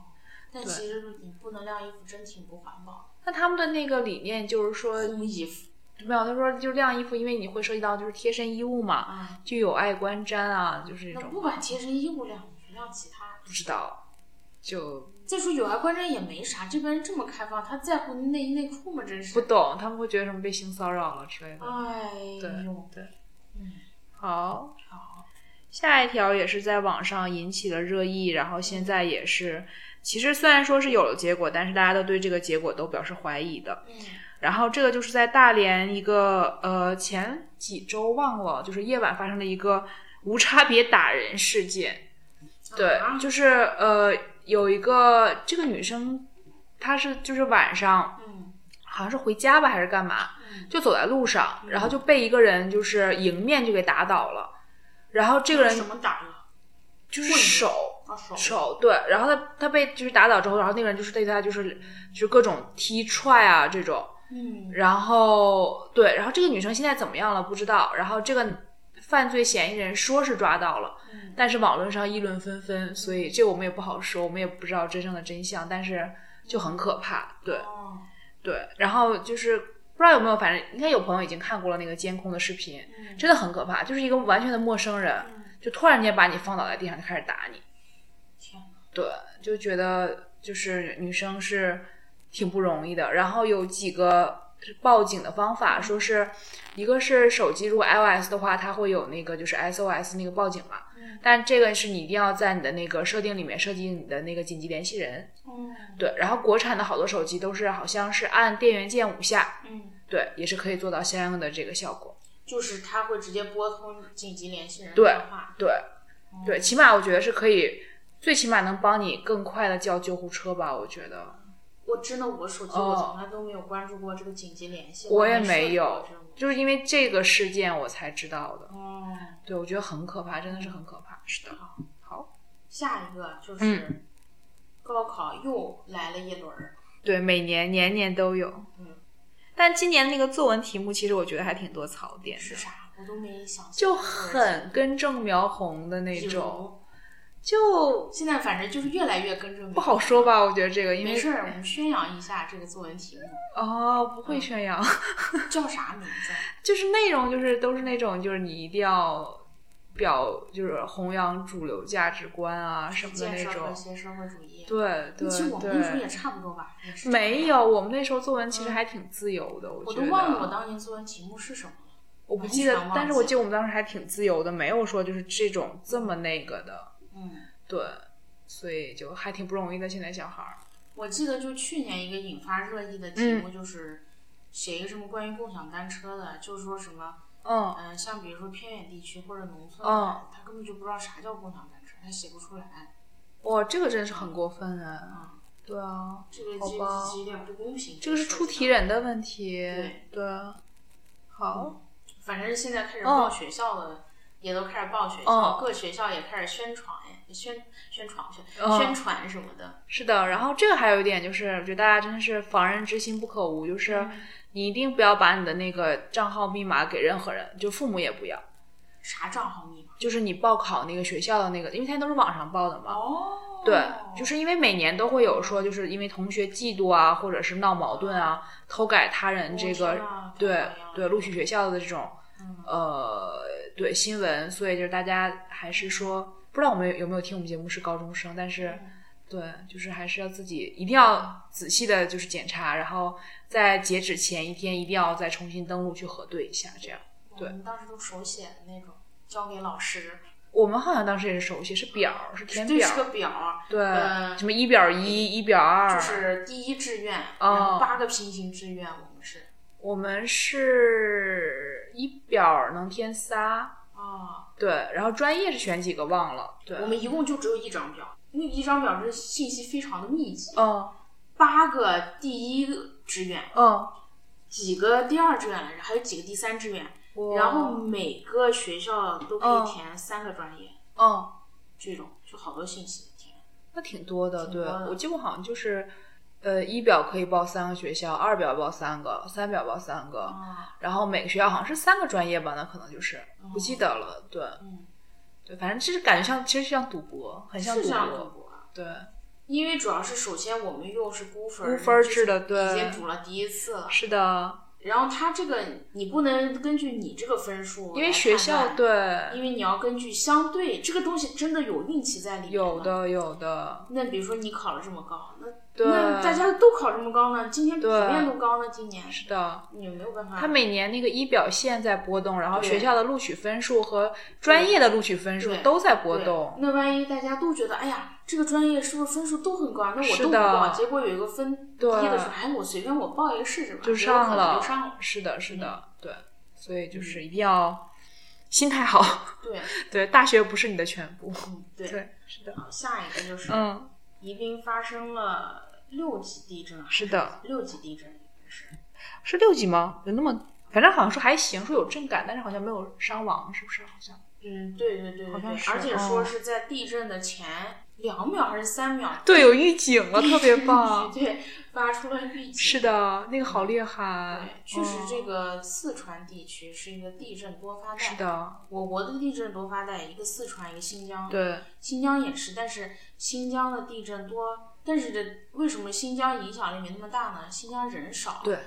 Speaker 3: 但
Speaker 2: 对
Speaker 3: 其实你不能晾衣服，真挺不环保
Speaker 2: 那他们的那个理念就是说，
Speaker 3: 的。烘衣服
Speaker 2: 没有，他说就是晾衣服，因为你会涉及到就是贴身衣物嘛，
Speaker 3: 啊，
Speaker 2: 就有碍观瞻啊，就是这
Speaker 3: 那
Speaker 2: 种
Speaker 3: 不把贴身衣物晾进去，晾其他。
Speaker 2: 不知道，就
Speaker 3: 再说有碍观瞻也没啥，这边人这么开放，他在乎内衣内裤吗？真
Speaker 2: 不
Speaker 3: 是。
Speaker 2: 懂，他们会觉得什么被哦性骚扰了之类的。
Speaker 3: 哎
Speaker 2: 对
Speaker 3: 呦，
Speaker 2: 对，
Speaker 3: 嗯，
Speaker 2: 好，
Speaker 3: 好，
Speaker 2: 下一条也是在网上引起了热议，然后现在也是，其实虽然说是有了结果，但是大家都对这个结果都表示怀疑的。
Speaker 3: 嗯
Speaker 2: 然后这个就是在大连一个呃前几周忘了，就是夜晚发生了一个无差别打人事件。对，
Speaker 3: 啊
Speaker 2: 就是呃有一个这个女生，她是就是晚上
Speaker 3: 嗯
Speaker 2: 好像是回家吧还是干嘛，
Speaker 3: 嗯
Speaker 2: 就走在路上，然后就被一个人就是迎面就给打倒了。然后这个人
Speaker 3: 什么打了？
Speaker 2: 就是手
Speaker 3: 啊手
Speaker 2: 手对，然后他他被就是打倒之后，然后那个人就是对他就是就是各种踢踹啊这种，
Speaker 3: 嗯
Speaker 2: 然后对，然后这个女生现在怎么样了不知道，然后这个犯罪嫌疑人说是抓到了，
Speaker 3: 嗯
Speaker 2: 但是网络上议论纷纷，所以这我们也不好说，我们也不知道真正的真相，但是就很可怕，对
Speaker 3: 哦
Speaker 2: 对，然后就是不知道有没有，反正应该有朋友已经看过了那个监控的视频，
Speaker 3: 嗯
Speaker 2: 真的很可怕，就是一个完全的陌生人，
Speaker 3: 嗯
Speaker 2: 就突然间把你放倒在地上就开始打你，
Speaker 3: 天哪
Speaker 2: 对，就觉得就是女生是挺不容易的。然后有几个报警的方法，说是一个是手机如果 iOS 的话，它会有那个就是 SOS 那个报警嘛，
Speaker 3: 嗯
Speaker 2: 但这个是你一定要在你的那个设定里面设计你的那个紧急联系人。
Speaker 3: 嗯
Speaker 2: 对，然后国产的好多手机都是好像是按电源键五下，
Speaker 3: 嗯
Speaker 2: 对，也是可以做到相应的这个效果。
Speaker 3: 就是他会直接拨通紧急联系人
Speaker 2: 对
Speaker 3: 电话，
Speaker 2: 对
Speaker 3: 哦
Speaker 2: 对，起码我觉得是可以，最起码能帮你更快的叫救护车吧，我觉得。
Speaker 3: 我真的我手机
Speaker 2: 哦
Speaker 3: 我从来都没有关注过这个紧急联系，
Speaker 2: 我也
Speaker 3: 还
Speaker 2: 没
Speaker 3: 设
Speaker 2: 有
Speaker 3: 过这种，
Speaker 2: 就是因为这个事件我才知道的。
Speaker 3: 哦，
Speaker 2: 对，我觉得很可怕，真的是很可怕。是的，好，
Speaker 3: 下一个
Speaker 2: 嗯
Speaker 3: 就是高考又来了一轮儿，
Speaker 2: 对，每年年年都有。
Speaker 3: 嗯，
Speaker 2: 但今年那个作文题目，其实我觉得还挺多槽点
Speaker 3: 是
Speaker 2: 的，
Speaker 3: 啥？我都没想起
Speaker 2: 就
Speaker 3: 来这个
Speaker 2: 很根正苗红的那
Speaker 3: 比如
Speaker 2: 种，就
Speaker 3: 现在反正就是越来越跟着
Speaker 2: 不好说吧？我觉得这个，因
Speaker 3: 没
Speaker 2: 为
Speaker 3: 事儿，我嗯们宣扬一下这个作文题目，
Speaker 2: 哦，不会宣扬，
Speaker 3: 叫啥名字？
Speaker 2: 就是内容就是都是那种就是你一定要。表就是弘扬主流价值观啊什么的
Speaker 3: 建
Speaker 2: 那
Speaker 3: 设和
Speaker 2: 种，
Speaker 3: 谐社会主义。
Speaker 2: 对对对。
Speaker 3: 其实我们那时候也差不多吧，也是
Speaker 2: 没。有，我们那时候作文其实还挺自由的，我
Speaker 3: 我
Speaker 2: 觉得。
Speaker 3: 都忘了我当年作文题目是什么了。
Speaker 2: 我不记得
Speaker 3: 完全忘，记
Speaker 2: 但是我记得我们当时还挺自由的，没有说就是这种这么那个的，
Speaker 3: 嗯，
Speaker 2: 对，所以就还挺不容易的。现在小孩儿，
Speaker 3: 我记得就去年一个引发热议的题
Speaker 2: 嗯
Speaker 3: 目就是写一个什么关于共享单车的，就是说什么，
Speaker 2: 嗯，
Speaker 3: 嗯、像比如说偏远地区或者农村，啊
Speaker 2: 嗯
Speaker 3: 他根本就不知道啥叫共享单车，他写不出来。
Speaker 2: 哇，这个真是很过分啊！
Speaker 3: 啊、
Speaker 2: 对啊，
Speaker 3: 这个
Speaker 2: 好吧
Speaker 3: 这这有点不公平。
Speaker 2: 这个是
Speaker 3: 事
Speaker 2: 出
Speaker 3: 情
Speaker 2: 题人的问题，
Speaker 3: 对嗯
Speaker 2: 对啊，好，
Speaker 3: 反正现在开始
Speaker 2: 嗯
Speaker 3: 报学校的，也都开始报学校，
Speaker 2: 嗯
Speaker 3: 各学校也开始宣传，宣宣传宣、
Speaker 2: 嗯
Speaker 3: 宣传什么的。
Speaker 2: 是的。然后这个还有一点就是，我觉得大家真的是防人之心不可无，就是你一定不要把你的那个账号密码给任何人，就父母也不要。
Speaker 3: 啥账号密码？
Speaker 2: 就是你报考那个学校的那个，因为它都是网上报的嘛。
Speaker 3: 哦
Speaker 2: 对，就是因为每年都会有说，就是因为同学嫉妒啊，或者是闹矛盾啊，偷改他人这
Speaker 3: 我
Speaker 2: 个
Speaker 3: 知道，
Speaker 2: 对
Speaker 3: 啊太好了
Speaker 2: 对，录取学校的这种
Speaker 3: 嗯
Speaker 2: 呃对新闻，所以就是大家还是说，不知道我们有没有听我们节目是高中生，但是
Speaker 3: 嗯
Speaker 2: 对，就是还是要自己一定要仔细的就是检查，然后在截止前一天一定要再重新登录去核对一下，这样。对
Speaker 3: 我们当时都手写的那种，交给老师，
Speaker 2: 我们好像当时也是手写，是表儿，是填
Speaker 3: 对，
Speaker 2: 表
Speaker 3: 是
Speaker 2: 儿，
Speaker 3: 个表儿，
Speaker 2: 对，
Speaker 3: 呃
Speaker 2: 什么一表一、一表二，
Speaker 3: 就是第一志愿，
Speaker 2: 哦
Speaker 3: 然后八个平行志愿，我们是
Speaker 2: 我们是一表能填仨，
Speaker 3: 啊，
Speaker 2: 对，然后专业是选几个忘了，对，
Speaker 3: 我们一共就只有一张表，那一张表是信息非常的密集，
Speaker 2: 嗯
Speaker 3: 八个第一志愿，
Speaker 2: 嗯，
Speaker 3: 几个第二志愿来着，还有几个第三志愿，
Speaker 2: 我
Speaker 3: 然后每个学校都可以填三个专业，
Speaker 2: 嗯，
Speaker 3: 这种就好多信
Speaker 2: 哦
Speaker 3: 息填。
Speaker 2: 那挺多的，
Speaker 3: 挺
Speaker 2: 对
Speaker 3: 多的
Speaker 2: 我记得我好像就是。呃，一表可以报三个学校，二表报三个，三表报三个，
Speaker 3: 啊，
Speaker 2: 然后每个学校好像是三个专业吧，那可能就是不记得了。对
Speaker 3: 嗯，
Speaker 2: 对，反正就是感觉像，其实像赌博，很像
Speaker 3: 是
Speaker 2: 赌
Speaker 3: 这样
Speaker 2: 博。
Speaker 3: 读博啊。
Speaker 2: 对，
Speaker 3: 因为主要是首先我们又是估分儿
Speaker 2: 估分儿制的
Speaker 3: 就是已
Speaker 2: 对
Speaker 3: 经读了第一次了。
Speaker 2: 是的，
Speaker 3: 然后他这个你不能根据你这个分数，
Speaker 2: 因为学校，对
Speaker 3: 因为你要根据相对这个东西真的有运气在里面。
Speaker 2: 有，的有的，
Speaker 3: 那比如说你考了这么高，那
Speaker 2: 对，
Speaker 3: 那大家都考这么高呢？今天普
Speaker 2: 对
Speaker 3: 遍都高呢，今年
Speaker 2: 是的。
Speaker 3: 你没有办法。
Speaker 2: 它每年那个一表线在波动，然后
Speaker 3: 对
Speaker 2: 学校的录取分数和专业的录取分数
Speaker 3: 对
Speaker 2: 都在波
Speaker 3: 对
Speaker 2: 动。
Speaker 3: 那万一大家都觉得，哎呀，这个专业是不是分数都很高啊？那我
Speaker 2: 是
Speaker 3: 都不
Speaker 2: 的
Speaker 3: 报，结果有一个分低
Speaker 2: 对
Speaker 3: 的时候，哎，我随便我报一个试试吧，
Speaker 2: 就
Speaker 3: 结果可
Speaker 2: 上
Speaker 3: 能
Speaker 2: 了，嗯
Speaker 3: 就上了。
Speaker 2: 是的，是的，对，所以就是一定要心态好，
Speaker 3: 对，
Speaker 2: 对，大学不是你的全部，
Speaker 3: 嗯，对。
Speaker 2: 对，是的，
Speaker 3: 好下一个就是，
Speaker 2: 嗯，
Speaker 3: 宜宾发生了六级地震啊，
Speaker 2: 是的，
Speaker 3: 六级地震应该是。
Speaker 2: 是六级吗？有那么，反正好像说还行，说有震感，但是好像没有伤亡，是不是？好像
Speaker 3: 嗯，对对对
Speaker 2: 好
Speaker 3: 对
Speaker 2: 像
Speaker 3: 对，
Speaker 2: 是
Speaker 3: 而且说
Speaker 2: 哦
Speaker 3: 是在地震的前两秒还是三秒，
Speaker 2: 对，有预警了，特别棒，
Speaker 3: 对，发出了预警。
Speaker 2: 嗯 是的，那个好厉害
Speaker 3: 对，，确实
Speaker 2: 嗯
Speaker 3: 这个四川地区是一个地震多发带。
Speaker 2: 是，的，
Speaker 3: 我国的地震多发带，一个四川，一个新疆。，
Speaker 2: 对，
Speaker 3: 新疆也是，但是新疆的地震多，但是这为什么新疆影响力没那么大呢？新疆人少。
Speaker 2: 对。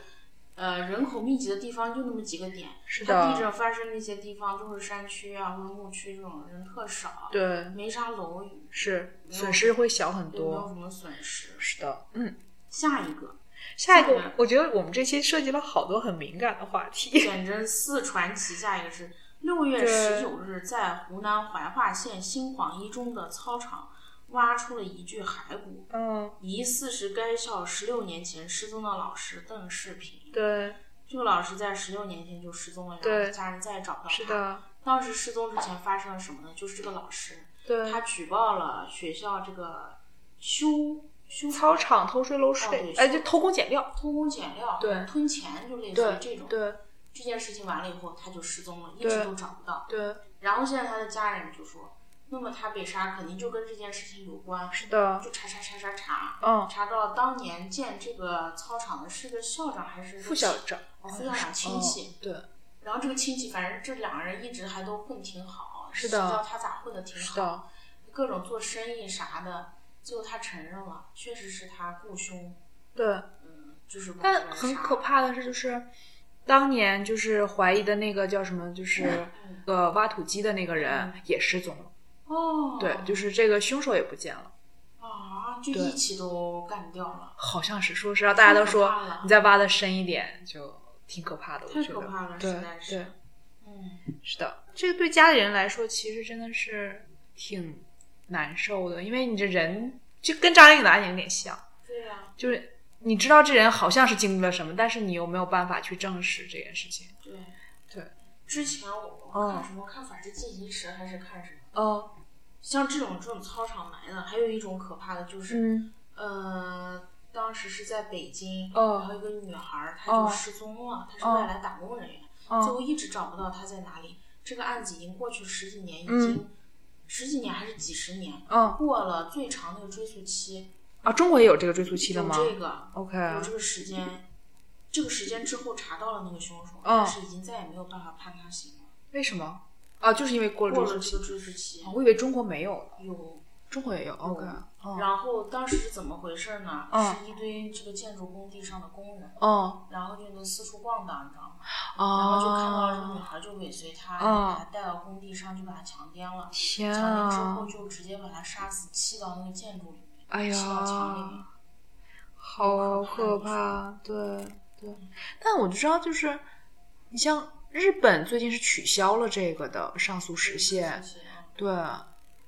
Speaker 3: 呃，人口密集的地方就那么几个点，
Speaker 2: 是
Speaker 3: 它地
Speaker 2: 的，
Speaker 3: 震发生那些地方都是山区啊或者牧区这种人特少，
Speaker 2: 对，
Speaker 3: 没啥楼宇，
Speaker 2: 是
Speaker 3: 没有
Speaker 2: 损失会小很
Speaker 3: 也没有
Speaker 2: 多，
Speaker 3: 什么损失。
Speaker 2: 是的，嗯。
Speaker 3: 下一个，
Speaker 2: 下一
Speaker 3: 下一
Speaker 2: 个
Speaker 3: 个，
Speaker 2: 我觉得我们这期涉及了好多很敏感的话题。
Speaker 3: 简直四传奇。下一个是六月
Speaker 2: 对
Speaker 3: 十九日，在湖南怀化县新晃一中的操场挖出了一具骸骨，
Speaker 2: 嗯，
Speaker 3: 疑似是该校十六年前失踪的老师邓世平。
Speaker 2: 对，
Speaker 3: 这个老师在十六年前就失踪了，然
Speaker 2: 对
Speaker 3: 后家人再也找不到他。
Speaker 2: 是。的，
Speaker 3: 当时失踪之前发生了什么呢？就是这个老师，
Speaker 2: 对。
Speaker 3: 他举报了学校这个修修
Speaker 2: 操场偷税漏
Speaker 3: 哦
Speaker 2: 税
Speaker 3: 对，
Speaker 2: 哎，就偷工减料。
Speaker 3: 偷工减料、
Speaker 2: 对
Speaker 3: 吞钱，就类似于这种。
Speaker 2: 对
Speaker 3: 这件事情完了以后，他就失踪了，一
Speaker 2: 对
Speaker 3: 直都找不到。
Speaker 2: 对，
Speaker 3: 然后现在他的家人就说，那么他被杀肯定就跟这件事情有关，
Speaker 2: 是的，
Speaker 3: 就查查查查查，
Speaker 2: 嗯，
Speaker 3: 查到当年建这个操场的是个校长还是
Speaker 2: 副校长，
Speaker 3: 哦副校长亲戚。
Speaker 2: 嗯对，
Speaker 3: 然后这个亲戚，反正这两个人一直还都混挺好，
Speaker 2: 是的
Speaker 3: 知道他咋混的挺
Speaker 2: 是
Speaker 3: 好，
Speaker 2: 的，
Speaker 3: 各种做生意啥的，最后他承认了，确实是他雇凶，
Speaker 2: 对。
Speaker 3: 嗯，就是把这
Speaker 2: 但
Speaker 3: 个人
Speaker 2: 很
Speaker 3: 杀
Speaker 2: 可
Speaker 3: 了，
Speaker 2: 怕的是，就是当年就是怀疑的那个叫什么，就是
Speaker 3: 嗯
Speaker 2: 呃挖土机的那个人也失踪了。
Speaker 3: 哦，
Speaker 2: 对，就是这个凶手也不见了。
Speaker 3: 啊，就
Speaker 2: 对
Speaker 3: 一起都干掉了，
Speaker 2: 好像是说是让大家都说
Speaker 3: 太可怕了
Speaker 2: 你再挖的深一点，就挺可怕的。我
Speaker 3: 太
Speaker 2: 觉
Speaker 3: 可
Speaker 2: 得，
Speaker 3: 怕了，
Speaker 2: 对
Speaker 3: 实在是
Speaker 2: 对，，
Speaker 3: 嗯。
Speaker 2: 是的，这个对家里人来说其实真的是挺难受的，因为你这人就跟张靓颖的案件有点像，
Speaker 3: 对呀、
Speaker 2: 就是你知道这人好像是经历了什么，但是你又没有办法去证实这件事情。
Speaker 3: 对
Speaker 2: 对。嗯
Speaker 3: 之前我我看什么看法制进行时还是看什么，
Speaker 2: 哦，
Speaker 3: 像这种这种操场埋的，还有一种可怕的就是，
Speaker 2: 嗯，
Speaker 3: 呃，当时是在北京，
Speaker 2: 哦
Speaker 3: 然后一个女孩儿她
Speaker 2: 哦
Speaker 3: 就失踪了，她是
Speaker 2: 哦
Speaker 3: 外来打工人员，最
Speaker 2: 哦，
Speaker 3: 后一直找不到她在哪里。这个案子已经过去十几年，已
Speaker 2: 嗯
Speaker 3: 经十几年还是几十年，
Speaker 2: 哦，
Speaker 3: 过了最长那个追溯期，
Speaker 2: 啊，中国也有这个追溯期的
Speaker 3: 有
Speaker 2: 吗啊
Speaker 3: 这个，
Speaker 2: ？OK，
Speaker 3: 有这个时间，这个时间之后查到了那个凶手，
Speaker 2: 嗯
Speaker 3: 但是已经再也没有办法判他刑了，
Speaker 2: 为什么？啊，就是因为过了
Speaker 3: 过
Speaker 2: 追
Speaker 3: 了
Speaker 2: 溯期
Speaker 3: 这个，追溯期
Speaker 2: 哦。我以为中国没有呢，
Speaker 3: 有，
Speaker 2: 中国也有。OK，哦，
Speaker 3: 然后当时是怎么回事呢？
Speaker 2: 嗯
Speaker 3: 是一堆这个建筑工地上的工人，
Speaker 2: 哦，
Speaker 3: 然后就能四处逛荡，你知道吗？然后就看到了这个女
Speaker 2: 啊，
Speaker 3: 孩，就尾随她，
Speaker 2: 哦嗯
Speaker 3: 把她带到工地上，就把她强奸了。
Speaker 2: 天
Speaker 3: 强奸之后
Speaker 2: 啊，
Speaker 3: 就直接把她杀死，砌到那个建筑里面，
Speaker 2: 哎
Speaker 3: 砌到墙里
Speaker 2: 呀
Speaker 3: 面。。
Speaker 2: 好可怕，对对。但我就知道，就是你像日本最近是取消了这个的上诉时限，
Speaker 3: 是是是
Speaker 2: 对。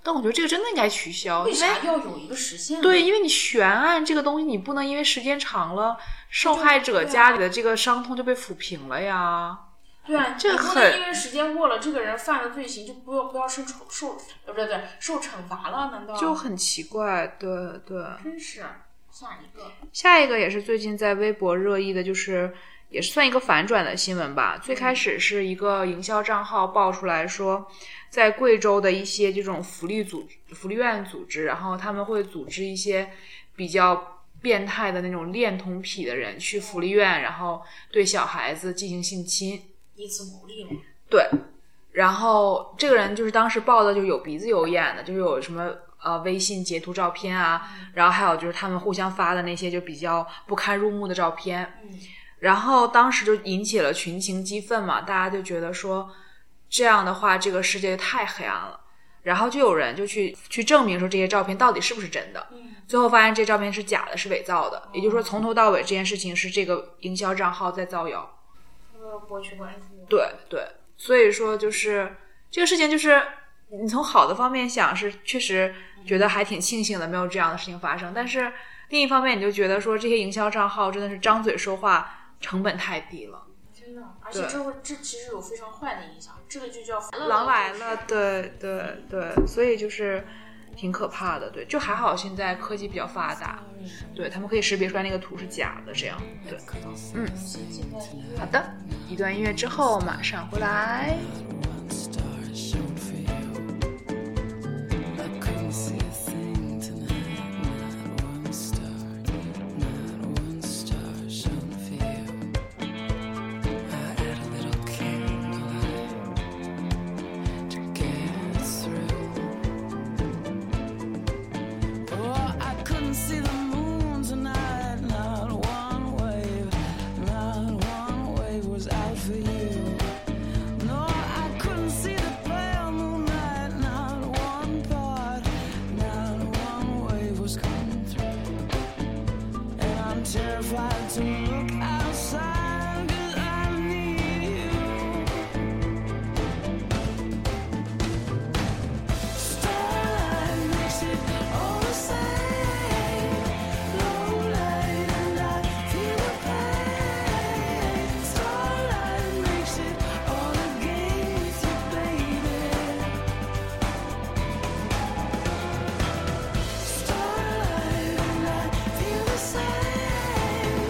Speaker 2: 但我觉得这个真的应该取消，哦
Speaker 3: 为
Speaker 2: 因为
Speaker 3: 啥要有一个时限呢？
Speaker 2: 对，因为你悬案这个东西，你不能因为时间长了，受害者家里的这个伤痛就被抚平了呀。
Speaker 3: 对啊，
Speaker 2: 这
Speaker 3: 你
Speaker 2: 个
Speaker 3: 不
Speaker 2: 很
Speaker 3: 能因为时间过了，这个人犯了罪行就不要不要受惩受呃不对不对受惩罚了？难道
Speaker 2: 就很奇怪，对对。
Speaker 3: 真是下一个
Speaker 2: 下一个也是最近在微博热议的，就是也是算一个反转的新闻吧。最开始是一个营销账号爆出来说，在贵州的一些这种福利组福利院组织，然后他们会组织一些比较变态的那种恋童癖的人去福利院，然后对小孩子进行性侵。
Speaker 3: 以此牟 利嘛？
Speaker 2: 对，然后这个人就是当时报的，就有鼻子有眼的，就是有什么呃微信截图照片啊，然后还有就是他们互相发的那些就比较不堪入目的照片，
Speaker 3: 嗯，
Speaker 2: 然后当时就引起了群情激愤嘛，大家就觉得说这样的话，这个世界太黑暗了。然后就有人就去去证明说这些照片到底是不是真的，
Speaker 3: 嗯，
Speaker 2: 最后发现这照片是假的，是伪造的。也就是说，从头到尾这件事情是这个营销账号在造谣。
Speaker 3: 为了博取关注。
Speaker 2: 对对，所以说就是这个事情，就是你从好的方面想，是确实觉得还挺庆幸的，没有这样的事情发生。但是另一方面，你就觉得说这些营销账号真的是张嘴说话，成本太低了。
Speaker 3: 真的，而且
Speaker 2: 对
Speaker 3: 这会这其实有非常坏的影响，这个就叫
Speaker 2: 狼来了，对对对，所以就是挺可怕的。对，就还好现在科技比较发达，对他们可以识别出来那个图是假的，这样对。嗯，好的，一段音乐之后马上回来。
Speaker 4: Oh, I couldn't see the moon tonight. Not one wave, not one wave was out for you. No, I couldn't see the pale moonlight. Not one thought, not one wave was coming through. And I'm terrified to look outside 'cause I need you. Starlight makes it all the same. Low light and I feel the pain. Starlight makes it all a game with you, baby. Starlight and I feel the same.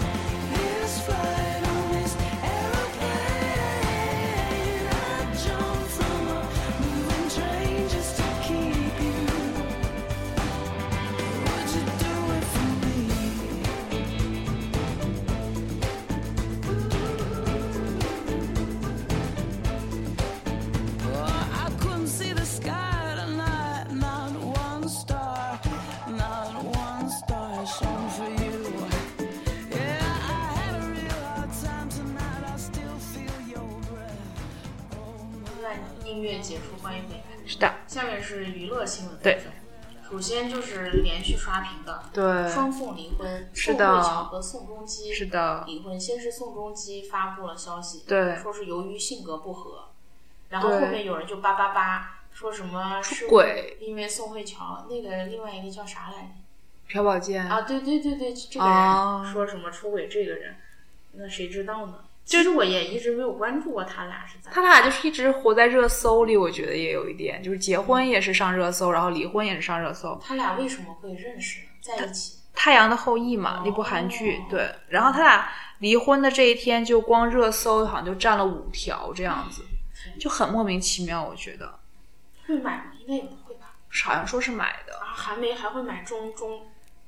Speaker 4: This flight on this aeroplane, I jump from a moving train just to keep you. Would you do it for me? Oh, I couldn't see the sky tonight, not one star, not one star shone for you. Yeah, I had a real hard time tonight. I still feel your breath.
Speaker 3: 在音乐结束，欢迎回来。
Speaker 2: 是的，
Speaker 3: 下面是娱乐新闻。
Speaker 2: 对，
Speaker 3: 首先就是连续刷屏的
Speaker 2: 对
Speaker 3: 双宋离婚，
Speaker 2: 是
Speaker 3: 宋
Speaker 2: 的
Speaker 3: 慧乔和宋仲基
Speaker 2: 是的
Speaker 3: 离婚。先是宋仲基发布了消息，
Speaker 2: 对
Speaker 3: 说是由于性格不合，然后后
Speaker 2: 对
Speaker 3: 面有人就叭叭叭说什么是
Speaker 2: 轨，
Speaker 3: 因为宋慧乔那个另外一个叫啥来着？
Speaker 2: 朴宝剑
Speaker 3: 啊，对对对对，这个
Speaker 2: 哦
Speaker 3: 人说什么出轨这个人，那谁知道呢？其实我也一直没有关注过他俩是咋。
Speaker 2: 他俩就是一直活在热搜里，我觉得也有一点，就是结婚也是上热搜，然后离婚也是上热搜。
Speaker 3: 他俩为什么会认识呢？在一起？
Speaker 2: 《太阳的后裔》嘛，那部韩剧，对。然后他俩离婚的这一天，就光热搜好像就占了五条这样子，就很莫名其妙。我觉得
Speaker 3: 会买吗？应该也不会吧。
Speaker 2: 是好像说是买的，
Speaker 3: 啊，韩媒还会买中中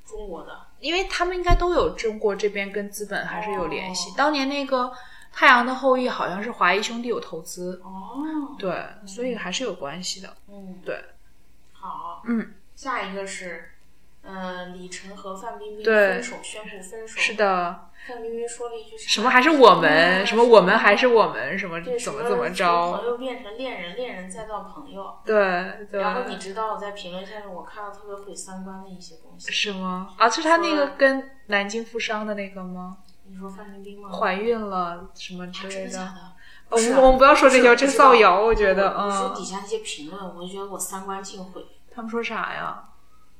Speaker 3: 中国的，
Speaker 2: 因为他们应该都有中国这边跟资本还是有联系。当年那个《太阳的后裔》好像是华谊兄弟有投资，
Speaker 3: 哦，
Speaker 2: 对，所以还是有关系的。
Speaker 3: 嗯，
Speaker 2: 对，
Speaker 3: 好，
Speaker 2: 嗯，
Speaker 3: 下一个是，呃，李晨和范冰冰
Speaker 2: 对
Speaker 3: 分手，宣布分手。
Speaker 2: 是，的，
Speaker 3: 范冰冰说了一句啥
Speaker 2: 什么还是我们，
Speaker 3: 啊
Speaker 2: 什么我们还是我们，什么
Speaker 3: 对，
Speaker 2: 怎么
Speaker 3: 什
Speaker 2: 怎么
Speaker 3: 从朋
Speaker 2: 着，
Speaker 3: 友变成恋人，恋人再到朋友。
Speaker 2: 对对。
Speaker 3: 然后你知道我在评论下面我看到特别毁三观的一些东西。
Speaker 2: 是吗？啊，就是他那个
Speaker 3: 嗯
Speaker 2: 跟南京富商的那个吗？
Speaker 3: 你说范冰冰吗？
Speaker 2: 怀孕了什么之
Speaker 3: 哦啊
Speaker 2: 类
Speaker 3: 真的假
Speaker 2: 的？哦
Speaker 3: 的？
Speaker 2: 我
Speaker 3: 是
Speaker 2: 们
Speaker 3: 啊
Speaker 2: 我们不要说这
Speaker 3: 是
Speaker 2: 些，
Speaker 3: 我
Speaker 2: 这
Speaker 3: 知
Speaker 2: 是
Speaker 3: 道
Speaker 2: 造谣，我觉得，
Speaker 3: 我说底
Speaker 2: 嗯。
Speaker 3: 下那些评论，我就觉得我三观尽毁。
Speaker 2: 他们说啥呀？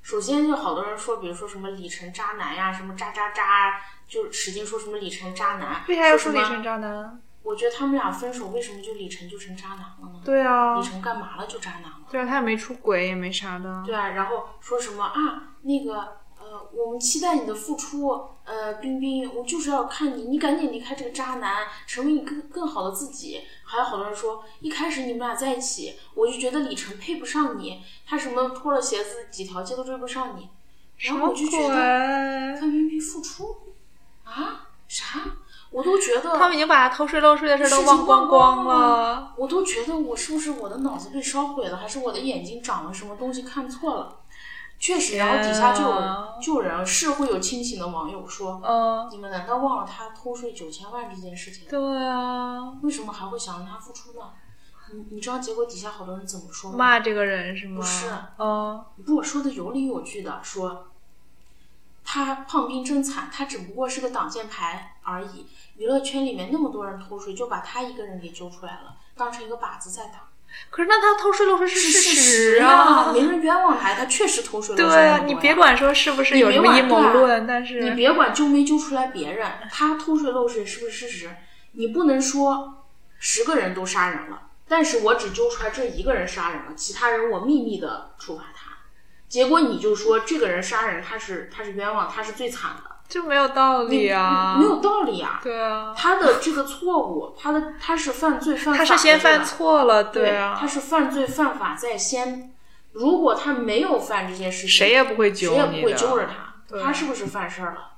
Speaker 3: 首先就好多人说，比如说什么李晨渣男呀、什么渣渣渣，就是使劲说什么李晨渣男。
Speaker 2: 为啥要
Speaker 3: 说
Speaker 2: 说
Speaker 3: 什
Speaker 2: 李
Speaker 3: 么
Speaker 2: 晨？渣男？
Speaker 3: 我觉得他们俩分手，为什么就李晨就成渣男了呢？
Speaker 2: 对啊
Speaker 3: 李，晨干嘛了就渣男了？
Speaker 2: 对啊，他也没出轨，也没啥的。
Speaker 3: 对啊，然后说什么啊那个呃，我们期待你的付出，呃，冰冰，我就是要看你，你赶紧离开这个渣男，成为你更更好的自己。还有好多人说，一开始你们俩在一起，我就觉得李晨配不上你，他什么脱了鞋子几条街都追不上你，
Speaker 2: 什
Speaker 3: 然后
Speaker 2: 么
Speaker 3: 我就觉
Speaker 2: 鬼？
Speaker 3: 得。范冰冰付出啊？啥？我都觉得
Speaker 2: 他们已经把偷税漏税的事儿
Speaker 3: 事
Speaker 2: 都
Speaker 3: 情
Speaker 2: 忘光
Speaker 3: 光
Speaker 2: 光了。。
Speaker 3: 我都觉得我是不是我的脑子被烧毁了，还是我的眼睛长了什么东西看错了？确实，然后底下就有
Speaker 2: 天
Speaker 3: 人
Speaker 2: 啊
Speaker 3: 就有人是会有清醒的网友说，
Speaker 2: 嗯，
Speaker 3: 你们难道忘了他偷税九千万这件事情？
Speaker 2: 对啊，
Speaker 3: 为什么还会想让他付出呢？你你知道结果底下好多人怎么说吗？
Speaker 2: 骂这个人是吗？
Speaker 3: 不是
Speaker 2: 嗯，
Speaker 3: 不，说的有理有据的，说他胖兵真惨，他只不过是个挡箭牌而已。娱乐圈里面那么多人偷税，就把他一个人给揪出来了，当成一个靶子在打。
Speaker 2: 可是那他偷税漏税是
Speaker 3: 事
Speaker 2: 实
Speaker 3: 啊，没人冤枉他，他确实偷税漏
Speaker 2: 对
Speaker 3: 税
Speaker 2: 啊
Speaker 3: 很，多
Speaker 2: 你
Speaker 3: 呀
Speaker 2: 别管说是不是有什么阴谋论，但
Speaker 3: 你
Speaker 2: 是
Speaker 3: 别管揪没揪出来别人，他偷税漏税是不是事实？你不能说十个人都杀人了，但是我只揪出来这一个人杀人了，其他人我秘密的处罚他。结果你就说这个人杀人，他是他是冤枉，他是最惨的，
Speaker 2: 就没有道理啊
Speaker 3: 没，有道理啊。
Speaker 2: 对啊，
Speaker 3: 他的这个错误，他的他是犯罪犯法
Speaker 2: 他
Speaker 3: 的，
Speaker 2: 是先
Speaker 3: 对吧
Speaker 2: 犯错了，
Speaker 3: 对
Speaker 2: 啊
Speaker 3: 他，是犯罪犯法在先。如果他没有犯这件事情，
Speaker 2: 谁也不会
Speaker 3: 谁
Speaker 2: 揪
Speaker 3: 也
Speaker 2: 你
Speaker 3: 不会揪
Speaker 2: 的，
Speaker 3: 着他，
Speaker 2: 对
Speaker 3: 他是不是犯事儿了？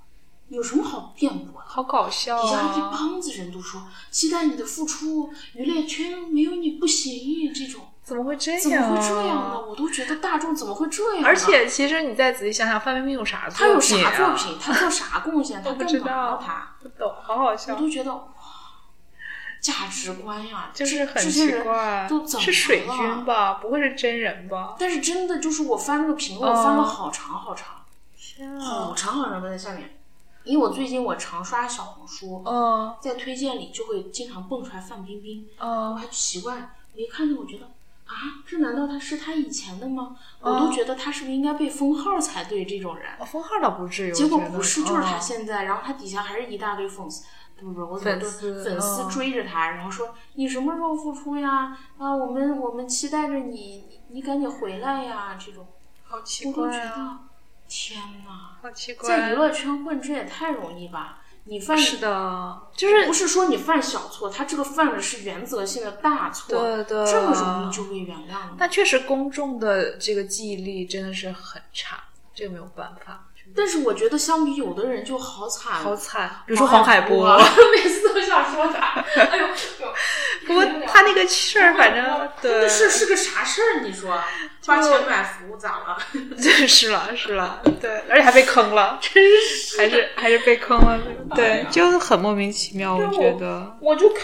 Speaker 3: 有什么好辩驳的？
Speaker 2: 好搞笑
Speaker 3: 底下一
Speaker 2: 啊！
Speaker 3: 帮子人都说期待你的付出，娱乐圈没有你不行，这种
Speaker 2: 怎么会这样？啊
Speaker 3: 怎么会这样呢？？我都觉得大众怎么会这样呢？
Speaker 2: 而且其实你再仔细想想，范冰冰有啥
Speaker 3: 他
Speaker 2: 作
Speaker 3: 有啥
Speaker 2: 品啊？
Speaker 3: 作品？他做啥 贡献？他
Speaker 2: 我不
Speaker 3: 干
Speaker 2: 知
Speaker 3: 嘛
Speaker 2: 道
Speaker 3: 了？他
Speaker 2: 不懂，好好
Speaker 3: 我
Speaker 2: 笑，
Speaker 3: 都觉得哇，价值观呀，
Speaker 2: 就是很
Speaker 3: 这些
Speaker 2: 奇
Speaker 3: 人
Speaker 2: 怪
Speaker 3: 都怎，么
Speaker 2: 是水
Speaker 3: 了
Speaker 2: 军吧？不会是真人吧？
Speaker 3: 但是真的就是我翻那个评论，
Speaker 2: 嗯
Speaker 3: 翻了好长好长，好长好长都在下面。因为我最近我常刷小红书，
Speaker 2: 嗯
Speaker 3: 在推荐里就会经常蹦出来范冰冰，我
Speaker 2: 嗯，
Speaker 3: 还奇怪，我一看到我觉得啊，这难道他是他以前的吗？
Speaker 2: 嗯
Speaker 3: 我都觉得他是不是应该被封号才对这种人？
Speaker 2: 封号倒不至于，
Speaker 3: 结果
Speaker 2: 我觉得
Speaker 3: 不是，就是他
Speaker 2: 嗯
Speaker 3: 现在，然后他底下还是一大堆粉丝，不不，我怎
Speaker 2: 粉
Speaker 3: 么都
Speaker 2: 丝
Speaker 3: 粉丝
Speaker 2: 嗯
Speaker 3: 追着他，然后说你什么时候复出呀？啊，我们我们期待着你，你你赶紧回来呀！这种，
Speaker 2: 好奇
Speaker 3: 我都觉
Speaker 2: 怪啊，
Speaker 3: 得，天哪，
Speaker 2: 好奇怪，
Speaker 3: 在娱乐圈混这也太容易吧？你犯
Speaker 2: 是的，就
Speaker 3: 不
Speaker 2: 是
Speaker 3: 是说你犯小错，他这个犯的是原则性的大错，
Speaker 2: 对对
Speaker 3: 这么容易就被原谅了。
Speaker 2: 那确实公众的这个记忆力真的是很差，这个没有办法，
Speaker 3: 但是我觉得相比有的人就好惨，
Speaker 2: 好惨。比如说黄海波，
Speaker 3: 啊 每次都想说他，哎呦，
Speaker 2: 不过他那个事儿，反 正对，
Speaker 3: 那是是个啥事儿？你说花钱买服务咋了？
Speaker 2: 对， 是了，是了，对，而且还被坑了，真是，还是还是被坑了，对，就很莫名其妙，我觉得。
Speaker 3: 我就看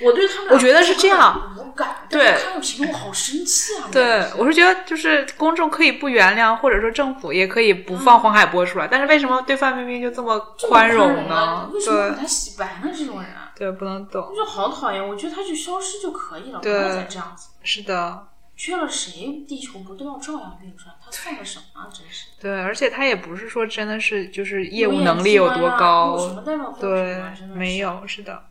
Speaker 3: 我对他们，
Speaker 2: 我觉得是这样，
Speaker 3: 无感。
Speaker 2: 对
Speaker 3: 但是看了评论我好生气啊！
Speaker 2: 对，我是觉得就是公众可以不原谅，或者说政府也可以不放黄海波出来，但是为什么对范冰冰就这么
Speaker 3: 这么
Speaker 2: 宽容
Speaker 3: 容
Speaker 2: 呢
Speaker 3: 啊？为什么
Speaker 2: 对
Speaker 3: 给，他洗白呢？这种人啊，
Speaker 2: 对，不能
Speaker 3: 我
Speaker 2: 懂。
Speaker 3: 就好讨厌。我觉得他就消失就可以了，不
Speaker 2: 对
Speaker 3: 要再这样子。
Speaker 2: 是的，
Speaker 3: 缺了谁，地球不都要照样运转？他算个什么啊？真是
Speaker 2: 对，而且他也不是说真的是就是业务
Speaker 3: 有眼
Speaker 2: 能力有
Speaker 3: 光
Speaker 2: 多
Speaker 3: 呀
Speaker 2: 高
Speaker 3: 有什么，代表作品
Speaker 2: 对
Speaker 3: 啊？真的，是
Speaker 2: 没。有，是的。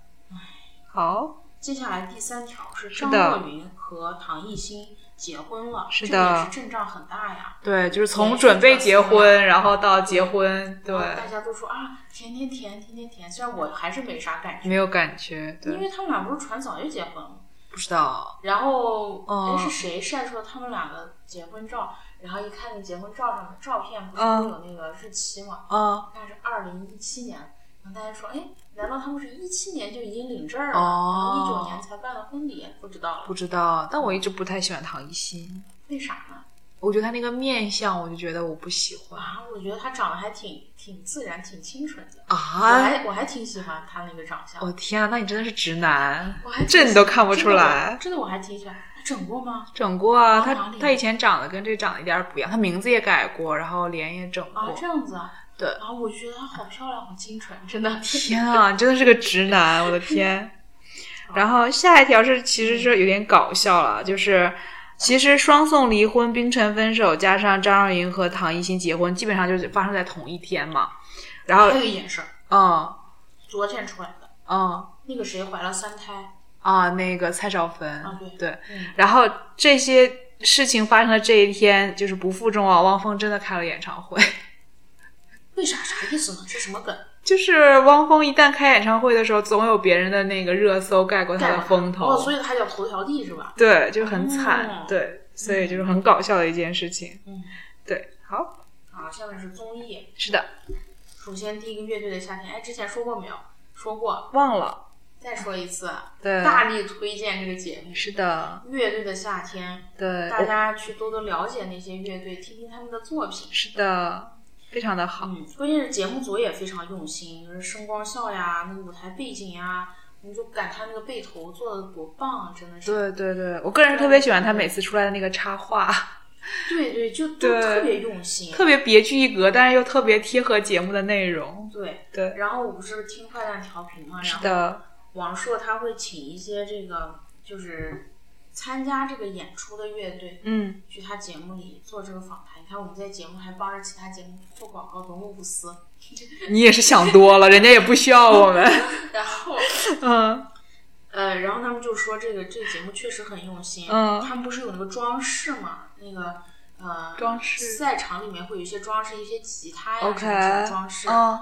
Speaker 2: 好，
Speaker 3: 接下来第三条是
Speaker 2: 是
Speaker 3: 张
Speaker 2: 的
Speaker 3: 若昀和唐艺昕结婚了，
Speaker 2: 是
Speaker 3: 这个
Speaker 2: 的
Speaker 3: 也是阵仗很大呀。
Speaker 2: 对，就是从准备结婚，然后到结婚，对，
Speaker 3: 然后大家都说啊，甜甜甜，甜甜甜。虽然我还是没啥感觉，
Speaker 2: 没有感觉，
Speaker 3: 因
Speaker 2: 对，
Speaker 3: 为他们俩不是传早就结婚了吗。
Speaker 2: 不知道，
Speaker 3: 然后，哎、
Speaker 2: 嗯
Speaker 3: 是谁晒出了他们俩的结婚照？然后一看那结婚照上的照片，不是
Speaker 2: 嗯
Speaker 3: 都有那个日期吗？
Speaker 2: 啊，
Speaker 3: 那是二零一七年。然后大家说，哎，难道他们是一七年就已经领证了，然后一
Speaker 2: 哦
Speaker 3: 九年才办的婚礼？不知道
Speaker 2: 不
Speaker 3: 了，
Speaker 2: 知道，但我一直不太喜欢唐艺昕，
Speaker 3: 为啥呢？
Speaker 2: 我觉得她那个面相，我就觉得我不喜欢
Speaker 3: 啊，我觉得他长得还挺挺自然，挺清纯的。我
Speaker 2: 啊！
Speaker 3: 还我还挺喜欢他那个长相
Speaker 2: 我，天啊，那你真的是直男
Speaker 3: 我还，挺
Speaker 2: 这你都看不出
Speaker 3: 真的我
Speaker 2: 来。
Speaker 3: 真的我还挺喜欢。他整过吗？
Speaker 2: 整过啊，
Speaker 3: 往
Speaker 2: 他
Speaker 3: 哪里
Speaker 2: 他以前长得跟这长得一点儿不一样，他名字也改过，然后脸也整
Speaker 3: 啊，
Speaker 2: 过
Speaker 3: 这。样子啊。
Speaker 2: 对
Speaker 3: 然后我就觉得她好漂亮，好清纯，真的。
Speaker 2: 天啊，你真的是个直男，我的天！然后下一条是，其实是有点搞笑
Speaker 3: 哦
Speaker 2: 了，就是其实双宋离婚、冰城分手，加上张若昀和唐艺昕结婚，基本上就是发生在同一天嘛。然后
Speaker 3: 还有，一件事儿，
Speaker 2: 嗯
Speaker 3: 昨天出来的
Speaker 2: 嗯
Speaker 3: 那个谁怀了三胎，
Speaker 2: 啊，那个蔡少芬，
Speaker 3: 啊对
Speaker 2: 对
Speaker 3: 嗯，
Speaker 2: 然后这些事情发生的这一天，就是不负众望，汪峰真的开了演唱会。
Speaker 3: 为啥？啥意思呢？是什么梗？
Speaker 2: 就是汪峰一旦开演唱会的时候，总有别人的那个热搜盖过他的风头，
Speaker 3: 哦，所以他叫头条帝是吧？
Speaker 2: 对，就很惨，
Speaker 3: 哦
Speaker 2: 对，所以就是很搞笑的一件事情。
Speaker 3: 嗯，
Speaker 2: 对，好，
Speaker 3: 好，下啊面是综艺。
Speaker 2: 是的，
Speaker 3: 首先第一个乐队的夏天，哎，之前说过没有？说过，
Speaker 2: 忘了，
Speaker 3: 再说一次，啊
Speaker 2: 对，
Speaker 3: 大力推荐这个节目
Speaker 2: 是的，
Speaker 3: 《乐队的夏天》，
Speaker 2: 对，
Speaker 3: 大
Speaker 2: 我
Speaker 3: 家去多多了解那些乐队，听听他们的作品。
Speaker 2: 是的，非常的好，
Speaker 3: 嗯，关键是节目组也非常用心，就是声光效呀，那个舞台背景呀，你就感叹那个背头做的多棒，真的是。嗯
Speaker 2: 对对对，我个人特别喜欢他每次出来的那个插画，
Speaker 3: 对对，就都
Speaker 2: 对
Speaker 3: 特别用心。
Speaker 2: 特别别具一格，但是又特别贴合节目的内容。
Speaker 3: 对，
Speaker 2: 对，
Speaker 3: 然后我不是听快乐调频嘛，
Speaker 2: 是
Speaker 3: 然后
Speaker 2: 的，
Speaker 3: 王朔他会请一些这个就是参加这个演出的乐队，
Speaker 2: 嗯，
Speaker 3: 去他节目里做这个访谈。你看我们在节目还帮着其他节目做广告，多么无私。
Speaker 2: 你也是想多了，人家也不需要我们。
Speaker 3: 然后，
Speaker 2: 嗯
Speaker 3: 呃，然后他们就说这个这个节目确实很用心。
Speaker 2: 嗯
Speaker 3: 他们不是有那个装饰嘛？那个呃，
Speaker 2: 装饰
Speaker 3: 赛场里面会有一些装饰，一些吉他呀
Speaker 2: ，OK，
Speaker 3: 什么的装饰。
Speaker 2: 嗯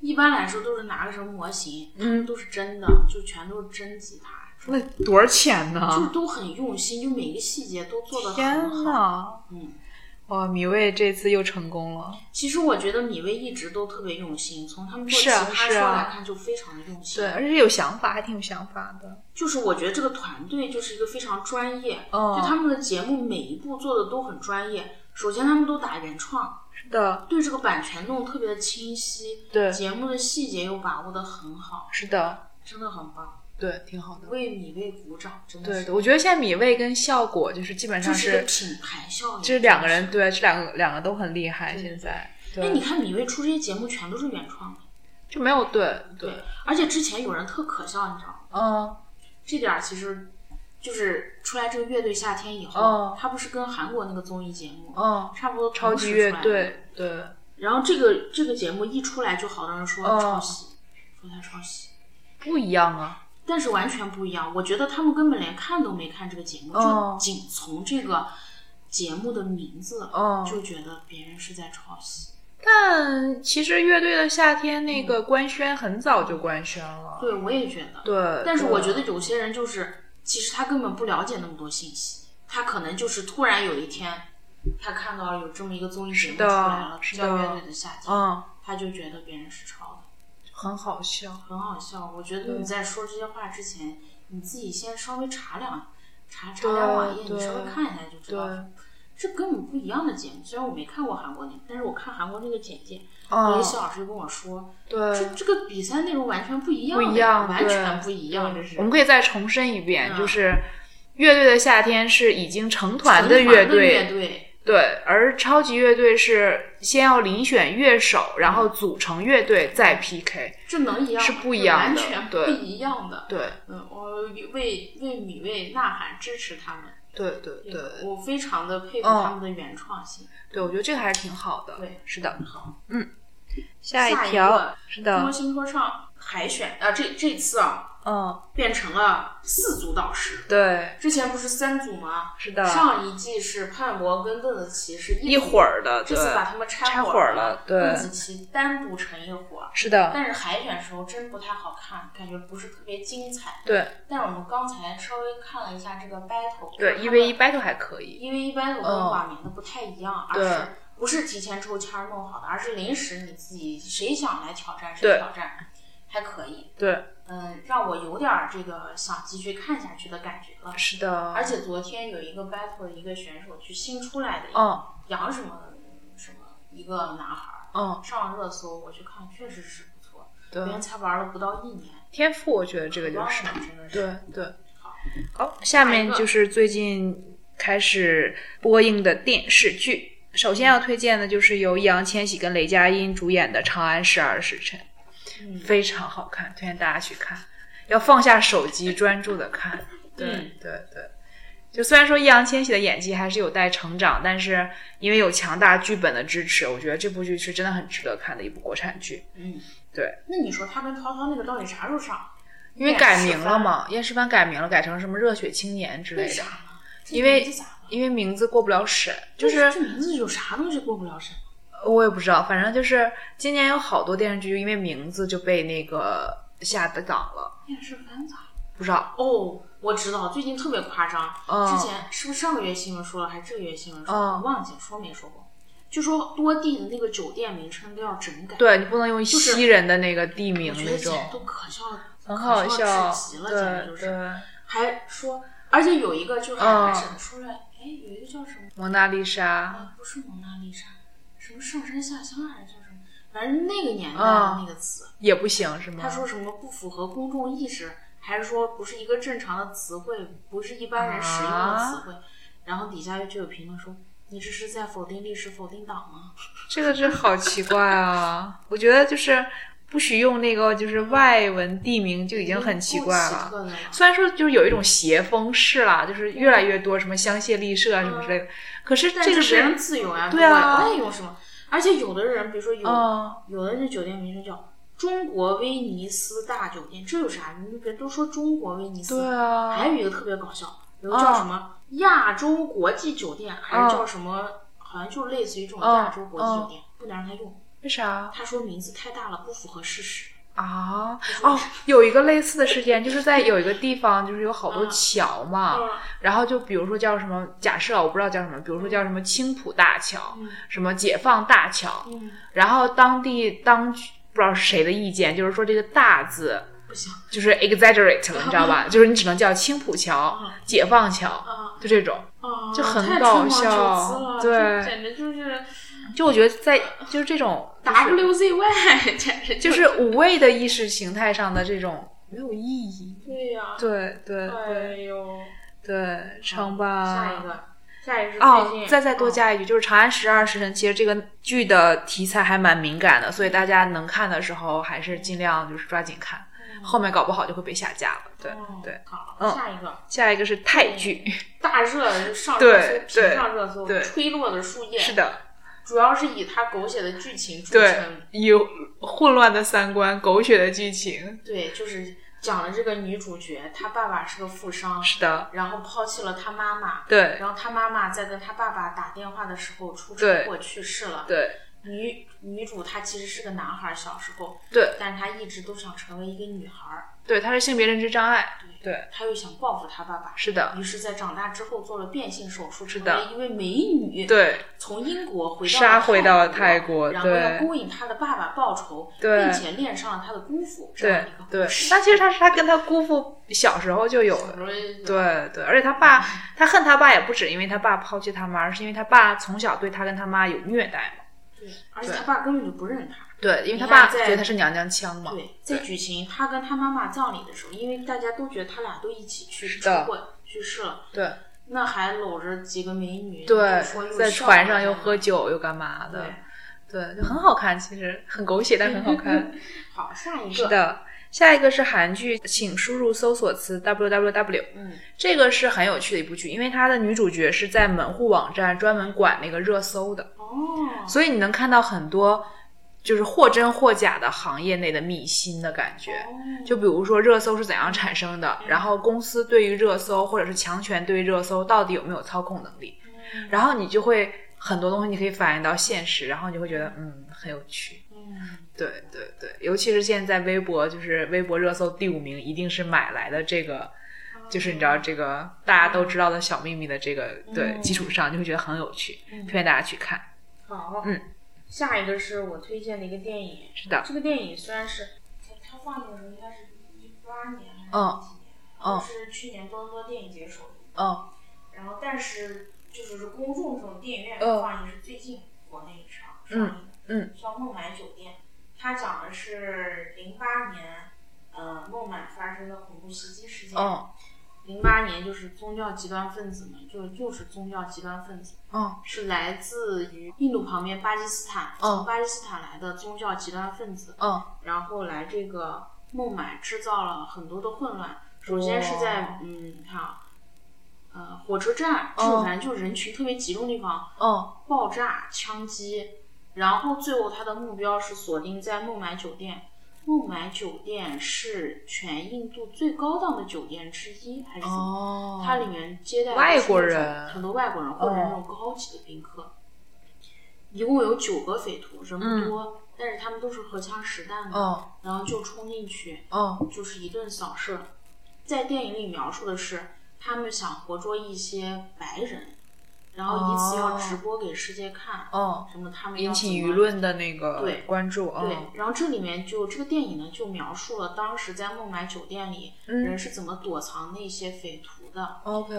Speaker 3: 一般来说都是拿个什么模型，他们都是真的，就全都是真吉他。
Speaker 2: 那多少钱
Speaker 3: 就是
Speaker 2: 呢？
Speaker 3: 都很用心，就每个细节都做的
Speaker 2: 啊天
Speaker 3: 很好。
Speaker 2: 呐！
Speaker 3: 嗯，
Speaker 2: 哇，米未这次又成功了。
Speaker 3: 其实我觉得米未一直都特别用心，从他们做
Speaker 2: 是
Speaker 3: 奇
Speaker 2: 啊
Speaker 3: 葩
Speaker 2: 是
Speaker 3: 说
Speaker 2: 啊
Speaker 3: 来看就非常的用心。
Speaker 2: 对，而且有想法，还挺有想法的。
Speaker 3: 就是我觉得这个团队就是一个非常专业，
Speaker 2: 嗯
Speaker 3: 就他们的节目每一步做的都很专业。首先他们都打原创，
Speaker 2: 是的，
Speaker 3: 对这个版权弄得特别的清晰，
Speaker 2: 对
Speaker 3: 节目的细节又把握的很好，
Speaker 2: 是的，
Speaker 3: 真的很棒，
Speaker 2: 对，挺好的。
Speaker 3: 为米未鼓掌，真的
Speaker 2: 对
Speaker 3: 是。
Speaker 2: 的，我觉得现在米未跟效果就是基本
Speaker 3: 这
Speaker 2: 上
Speaker 3: 是一个
Speaker 2: 是，
Speaker 3: 品牌效应，
Speaker 2: 这是两个
Speaker 3: 真
Speaker 2: 人，
Speaker 3: 的
Speaker 2: 对，这两个两个都很厉害。
Speaker 3: 对
Speaker 2: 现在，
Speaker 3: 是。那你
Speaker 2: 对，
Speaker 3: 看米未出这些节目全都是原创的，
Speaker 2: 就没有对
Speaker 3: 对，，而且之前有人特可笑，你知道吗？
Speaker 2: 嗯
Speaker 3: 这点儿其实就是出来这个乐队夏天以后，
Speaker 2: 嗯
Speaker 3: 他不是跟韩国那个综艺节目、
Speaker 2: 嗯，
Speaker 3: 差不多
Speaker 2: 超
Speaker 3: 同时
Speaker 2: 级
Speaker 3: 出
Speaker 2: 乐
Speaker 3: 来的
Speaker 2: 队，对，
Speaker 3: 然后这个这个节目一出来，就好多人说
Speaker 2: 嗯
Speaker 3: 抄袭，说他抄袭，
Speaker 2: 不一样啊。
Speaker 3: 但是完全不一样。我觉得他们根本连看都没看这个节目，
Speaker 2: 嗯
Speaker 3: 就仅从这个节目的名字、
Speaker 2: 嗯
Speaker 3: 就觉得别人是在抄袭。
Speaker 2: 但其实乐队的夏天那个官宣很早就官宣了，
Speaker 3: 嗯对，我也觉得。
Speaker 2: 对。
Speaker 3: 但是
Speaker 2: 对
Speaker 3: 我
Speaker 2: 啊
Speaker 3: 觉得有些人就是，其实他根本不了解那么多信息，他可能就是突然有一天，他看到有这么一个综艺节目出
Speaker 2: 的
Speaker 3: 来了，
Speaker 2: 是
Speaker 3: 叫《
Speaker 2: 的
Speaker 3: 乐队的夏天》，
Speaker 2: 嗯，
Speaker 3: 他就觉得别人是抄的，
Speaker 2: 很好笑。
Speaker 3: 很好笑。我觉得你在说这些话之前，你自己先稍微查两查查
Speaker 2: 对
Speaker 3: 点网页，
Speaker 2: 对
Speaker 3: 你稍微看一下就知
Speaker 2: 对，
Speaker 3: 道。这根本不一样的节目，虽然我没看过韩国那个，但是我看韩国那个简介，有一
Speaker 2: 嗯，
Speaker 3: 些老师跟我说，这
Speaker 2: 对。
Speaker 3: 这个比赛内容完全不一样的，
Speaker 2: 不一样
Speaker 3: 完全
Speaker 2: 对
Speaker 3: 不一样，这是
Speaker 2: 我。们可以再重申一遍，
Speaker 3: 嗯
Speaker 2: 就是乐队的夏天是已经成团
Speaker 3: 团
Speaker 2: 的乐
Speaker 3: 乐
Speaker 2: 队，
Speaker 3: 队，
Speaker 2: 对，而超级乐队是先要遴选乐手，然
Speaker 3: 嗯
Speaker 2: 后组成乐队再 PK。
Speaker 3: 这能一样吗？
Speaker 2: 是不一样的
Speaker 3: 这完全
Speaker 2: 对
Speaker 3: 不一样的。
Speaker 2: 对，
Speaker 3: 嗯，我为为米未呐喊支持他们，
Speaker 2: 对对对
Speaker 3: 我非常的佩服
Speaker 2: 嗯
Speaker 3: 他们的原创性。
Speaker 2: 对，我觉得这个还是挺好的。
Speaker 3: 对，
Speaker 2: 是的。
Speaker 3: 好，
Speaker 2: 下
Speaker 3: 一
Speaker 2: 一
Speaker 3: 个
Speaker 2: 条是
Speaker 3: 中国
Speaker 2: 的，
Speaker 3: 新说唱海选啊，这这次啊
Speaker 2: 嗯，
Speaker 3: 变成了四组导师，
Speaker 2: 对，
Speaker 3: 之前不是三组吗？
Speaker 2: 是的，
Speaker 3: 上一季是潘博跟邓紫棋是
Speaker 2: 一
Speaker 3: 伙
Speaker 2: 伙，儿的，
Speaker 3: 这
Speaker 2: 对，
Speaker 3: 次把他们
Speaker 2: 拆
Speaker 3: 伙
Speaker 2: 伙儿
Speaker 3: 了
Speaker 2: 了，对
Speaker 3: 邓紫棋单独成一伙儿。
Speaker 2: 是的，
Speaker 3: 但是海选时候真不太好看，感觉不是特别精彩。
Speaker 2: 对
Speaker 3: 但是我们刚才稍微看了一下这个 battle，
Speaker 2: 对，一 v 一 battle 还可以，
Speaker 3: 因为一般我跟网民的不太一样，而
Speaker 2: 对
Speaker 3: 是不是提前抽签儿弄好的，而是临时你自己谁想来挑战
Speaker 2: 对
Speaker 3: 谁挑战，还可以。
Speaker 2: 对，
Speaker 3: 嗯，让我有点儿这个想继续看下去的感觉了。
Speaker 2: 是的
Speaker 3: 而，且昨天有一个 battle 的一个选手，就新出来的
Speaker 2: 嗯
Speaker 3: 杨什么什么一个男孩儿
Speaker 2: 嗯，
Speaker 3: 上热搜，我去看确实是不错，
Speaker 2: 对
Speaker 3: 别，人才玩了不到一年，
Speaker 2: 天赋我觉得这个就
Speaker 3: 忘
Speaker 2: 是
Speaker 3: 了。真的是
Speaker 2: 对对，好，下
Speaker 3: 下一
Speaker 2: 面
Speaker 3: 个
Speaker 2: 就是最近开始播映的电视剧。首先要推荐的就是由易烊千玺跟雷佳音主演的《长安十二时辰》，
Speaker 3: 嗯
Speaker 2: 非常好看，推荐大家去看，要放下手机专注的看。对、
Speaker 3: 嗯
Speaker 2: 对对，就虽然说易烊千玺的演技还是有待成长，但是因为有强大剧本的支持，我觉得这部剧是真的很值得看的一部国产剧。
Speaker 3: 嗯，
Speaker 2: 对。
Speaker 3: 那你说他跟涛涛那个到底啥时候上？
Speaker 2: 因为改名了嘛，厌世番改名了，改成什么热血青年之类
Speaker 3: 为
Speaker 2: 的。
Speaker 3: 啥呢？这
Speaker 2: 因为
Speaker 3: 名字咋了？
Speaker 2: 因为名字过不了审，就
Speaker 3: 这
Speaker 2: 是
Speaker 3: 这名字有啥东西过不了审？
Speaker 2: 我也不知道，反正就是今年有好多电视剧就因为名字就被那个下的档了，
Speaker 3: 面试翻咋？
Speaker 2: 不知道。
Speaker 3: 哦，我知道，最近特别夸张。
Speaker 2: 嗯
Speaker 3: 之前是不是上个月新闻说了，还是这个月新闻说了？
Speaker 2: 嗯
Speaker 3: 我忘记说没说过。就说多地的那个酒店名称都要整改。，
Speaker 2: 对你不能用
Speaker 3: 就是
Speaker 2: 西人的那个地
Speaker 3: 我
Speaker 2: 名
Speaker 3: 觉
Speaker 2: 那
Speaker 3: 得简
Speaker 2: 种，
Speaker 3: 直都可笑了，
Speaker 2: 很好
Speaker 3: 可
Speaker 2: 笑
Speaker 3: 笑至极。了，简
Speaker 2: 对
Speaker 3: 直就
Speaker 2: 对
Speaker 3: 是。，还说，而且有一个就是
Speaker 2: 嗯
Speaker 3: 还审出来，哎，有一个叫什么？
Speaker 2: 蒙娜丽莎，
Speaker 3: 啊，不是蒙娜丽莎，什么上山下乡还是叫什么？反正那个年代的
Speaker 2: 嗯
Speaker 3: 那个词，
Speaker 2: 也不行是吗？
Speaker 3: 他说什么不符合公众意识，还是说不是一个
Speaker 2: 啊
Speaker 3: 正常的词汇，不是一般人使用的词汇。然后底下就有评论说：“你这是在否定历史、否定党吗？
Speaker 2: 这个真好奇怪啊！我觉得就是不许用那个就是外文地名就已经很奇怪
Speaker 3: 嗯不奇
Speaker 2: 了。
Speaker 3: 特了。
Speaker 2: 虽然说就是有一种邪风式啦，就是越来越多什么香榭丽舍啊什么之类的，可是
Speaker 3: 嗯但
Speaker 2: 这个
Speaker 3: 是别人
Speaker 2: 是
Speaker 3: 自由呀、
Speaker 2: 对啊
Speaker 3: 我爱用什么。而且有的人，比如说有、
Speaker 2: 嗯
Speaker 3: 有的人酒店名称叫中国威尼斯大酒店，这有啥？你别都说中国威尼斯，
Speaker 2: 对啊
Speaker 3: 还有一个特别搞笑，有个
Speaker 2: 哦
Speaker 3: 叫什么亚洲国际酒店，还是叫什么，好像就类似于这种
Speaker 2: 哦
Speaker 3: 亚洲国际酒店，不能让他用。
Speaker 2: 为啥？
Speaker 3: 他说名字太大了，不符合事实。
Speaker 2: 啊哦，有一个类似的事件，就是在有一个地方，就是有好多桥嘛，
Speaker 3: 嗯
Speaker 2: 然后就比如说叫什么，假设啊我不知道叫什么，比如说叫什么青浦大桥，什么解放大桥，
Speaker 3: 嗯，
Speaker 2: 然后当地当局不知道是谁的意见，就是说这个大字
Speaker 3: 不行
Speaker 2: 就是 exaggerate 了，你知道 吧？就是你只能叫青浦桥、
Speaker 3: 嗯
Speaker 2: 解放桥，
Speaker 3: 啊
Speaker 2: 就这种。
Speaker 3: 啊，
Speaker 2: 就很
Speaker 3: 太
Speaker 2: 搞
Speaker 3: 吹毛求疵
Speaker 2: 笑
Speaker 3: 了
Speaker 2: 对
Speaker 3: 这简直就是
Speaker 2: 就我觉得在就是这种
Speaker 3: WZY，简 直
Speaker 2: 就是无谓的意识形态上的这种没有意义。
Speaker 3: 对呀、
Speaker 2: 对对
Speaker 3: 哎
Speaker 2: 对
Speaker 3: 呦，
Speaker 2: 对，成
Speaker 3: 嗯下一
Speaker 2: 吧。
Speaker 3: 个，下一个是最
Speaker 2: 哦
Speaker 3: 近，
Speaker 2: 再再多
Speaker 3: 嗯
Speaker 2: 加一句，就是《长安十二时辰》，其实这个剧的题材还蛮敏感的，
Speaker 3: 嗯
Speaker 2: 所以大家能看的时候还是尽量就是抓紧看，
Speaker 3: 嗯
Speaker 2: 后面搞不好就会被下架了。对对，
Speaker 3: 好，
Speaker 2: 嗯
Speaker 3: 下一个
Speaker 2: 下一个是泰剧，
Speaker 3: 嗯 大热的上热搜，
Speaker 2: 对
Speaker 3: 频
Speaker 2: 对
Speaker 3: 上热搜，
Speaker 2: 对
Speaker 3: 吹落的树叶，
Speaker 2: 是，的，
Speaker 3: 主要是以他狗血的剧情著
Speaker 2: 对
Speaker 3: 称，，
Speaker 2: 有混乱的三观、狗血的剧情，
Speaker 3: 对，就是讲了这个女主角，她爸爸是个富商，
Speaker 2: 是的，
Speaker 3: 然后抛弃了她妈妈，
Speaker 2: 对
Speaker 3: 然后她妈妈在跟她爸爸打电话的时候出车
Speaker 2: 对
Speaker 3: 祸去世了，
Speaker 2: 对
Speaker 3: 女女主她其实是个男孩，小时候，
Speaker 2: 对
Speaker 3: 但是她一直都想成为一个女孩儿，
Speaker 2: 对，他是性别认知障碍，对，
Speaker 3: 她又想报复她爸爸，
Speaker 2: 是的，
Speaker 3: 于是，在长大之后做了变性手术，成
Speaker 2: 的
Speaker 3: 为一位美女。，
Speaker 2: 对
Speaker 3: 从英国回到
Speaker 2: 杀
Speaker 3: 了
Speaker 2: 回到泰
Speaker 3: 国，
Speaker 2: 国
Speaker 3: 然后要
Speaker 2: 对
Speaker 3: 勾引他的爸爸报仇，
Speaker 2: 对
Speaker 3: 并且恋上了他的姑父，这样
Speaker 2: 对
Speaker 3: 一个
Speaker 2: 对
Speaker 3: 故，事。
Speaker 2: 那其实他是他跟他姑父小时候就有的，对对，而且他爸，
Speaker 3: 嗯
Speaker 2: 他恨他爸也不止因为他爸抛弃他妈，而是因为他爸从小对他跟他妈有虐待嘛。
Speaker 3: 对，而且
Speaker 2: 对
Speaker 3: 他爸根本就不认他。
Speaker 2: 对，因为
Speaker 3: 你
Speaker 2: 他爸
Speaker 3: 看在
Speaker 2: 觉得他是娘娘腔嘛。
Speaker 3: 对，在举行他跟他妈妈葬礼的时候，因为大家都觉得他俩都一起去出
Speaker 2: 的
Speaker 3: 轨去世了，
Speaker 2: 对
Speaker 3: 那还搂着几个美女，又说
Speaker 2: 对，
Speaker 3: 又
Speaker 2: 在
Speaker 3: 笑
Speaker 2: 船上
Speaker 3: 这
Speaker 2: 又
Speaker 3: 样
Speaker 2: 喝酒又干嘛的
Speaker 3: 对，
Speaker 2: 对，就很好看，其实很狗血，但很好 看。
Speaker 3: 好，下一个
Speaker 2: 是的。下一个是韩剧，请输入搜索词 w w w。
Speaker 3: 嗯，
Speaker 2: 这个是很有趣的一部剧，因为它的女主角是在门户网站专门管那个热搜的。
Speaker 3: 哦，
Speaker 2: 所以你能看到很多就是或真或假的行业内的秘辛的感觉。
Speaker 3: 哦
Speaker 2: 就比如说热搜是怎样产生的，然后公司对于热搜或者是强权对于热搜到底有没有操控能力，
Speaker 3: 嗯
Speaker 2: 然后你就会很多东西你可以反映到现实，然后你就会觉得嗯很有趣。
Speaker 3: 嗯，
Speaker 2: 对对对，尤其是现在微博就是微博热搜第五名一定是买来的这个。就是你知道这个大家都知道的小秘密的这个对基础上，你会觉得很有趣，推荐大家去看。
Speaker 3: 好，
Speaker 2: 嗯，
Speaker 3: 下一个是我推荐的一个电影，
Speaker 2: 是的，
Speaker 3: 这个电影虽然是它它放的时候应该是一八年还
Speaker 2: 嗯
Speaker 3: 是几年，
Speaker 2: 嗯
Speaker 3: 就是去年多伦多电影节首映，
Speaker 2: 嗯
Speaker 3: 然后但是就是公众这种电影院
Speaker 2: 嗯
Speaker 3: 放映是最近国内上上
Speaker 2: 嗯
Speaker 3: 映的，
Speaker 2: 嗯
Speaker 3: 叫《孟买酒店》，它讲的是零八年呃孟买发生的恐怖袭击事件，
Speaker 2: 嗯
Speaker 3: 零八年就是宗教极端分子们，就是就是宗教极端分子。
Speaker 2: 嗯，
Speaker 3: 是来自于印度旁边巴基斯坦，
Speaker 2: 嗯
Speaker 3: 从巴基斯坦来的宗教极端分子，
Speaker 2: 嗯
Speaker 3: 然后来这个孟买制造了很多的混乱。首先是在
Speaker 2: 哇
Speaker 3: 嗯，你看啊，呃，火车站这种
Speaker 2: 嗯
Speaker 3: 反正就是人群特别集中的地方，
Speaker 2: 嗯
Speaker 3: 爆炸、枪击，然后最后他的目标是锁定在孟买酒店。孟买酒店是全印度最高档的酒店之一，还是怎么样？
Speaker 2: 哦
Speaker 3: 它里面接待
Speaker 2: 外
Speaker 3: 都是
Speaker 2: 国
Speaker 3: 那种
Speaker 2: 人哦
Speaker 3: 很多外国人或者那种高级的宾客，一共有九个匪徒，人不多，但是他们都是荷枪实弹的，
Speaker 2: 嗯
Speaker 3: 然后就冲进去，
Speaker 2: 嗯
Speaker 3: 就是一顿扫射。在电影里描述的是，他们想活捉一些白人，然后以此要
Speaker 2: 哦
Speaker 3: 直播给世界看，
Speaker 2: 嗯，
Speaker 3: 什么他们要
Speaker 2: 引起舆
Speaker 3: 怎么
Speaker 2: 论的那
Speaker 3: 对
Speaker 2: 个关注啊。
Speaker 3: 对，然后这里面就这个电影呢，就描述了当时在孟买酒店里、
Speaker 2: 嗯
Speaker 3: 人是怎么躲藏那些匪徒的，
Speaker 2: OK，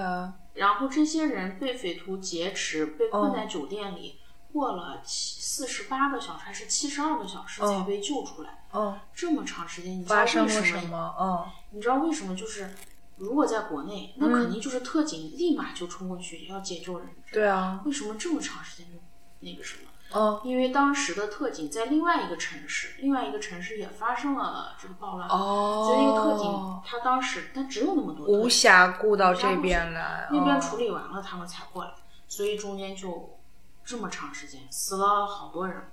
Speaker 3: 然后这些人被匪徒劫持，被困
Speaker 2: 哦
Speaker 3: 在酒店里，过了七四十八个小时还是七十二个小时才
Speaker 2: 哦
Speaker 3: 被救出来。
Speaker 2: 嗯，
Speaker 3: 这么长时间，你知道
Speaker 2: 发
Speaker 3: 为
Speaker 2: 生了
Speaker 3: 什
Speaker 2: 什
Speaker 3: 么？
Speaker 2: 么？嗯
Speaker 3: 你知道为什么？就是如果在国内，那肯定就是特警立马就冲过去要解救人质。
Speaker 2: 对啊，
Speaker 3: 为什么这么长时间就那个什么？
Speaker 2: 嗯，
Speaker 3: 因为当时的特警在另外一个城市，另外一个城市也发生了这个暴乱，
Speaker 2: 哦，
Speaker 3: 所以那个特警他当时他只有那么多特
Speaker 2: 无
Speaker 3: 警
Speaker 2: 暇顾到这边来，哦
Speaker 3: 那边处
Speaker 2: 理
Speaker 3: 理完了，他们才过来，所以中间就这么长时间，死了好多人。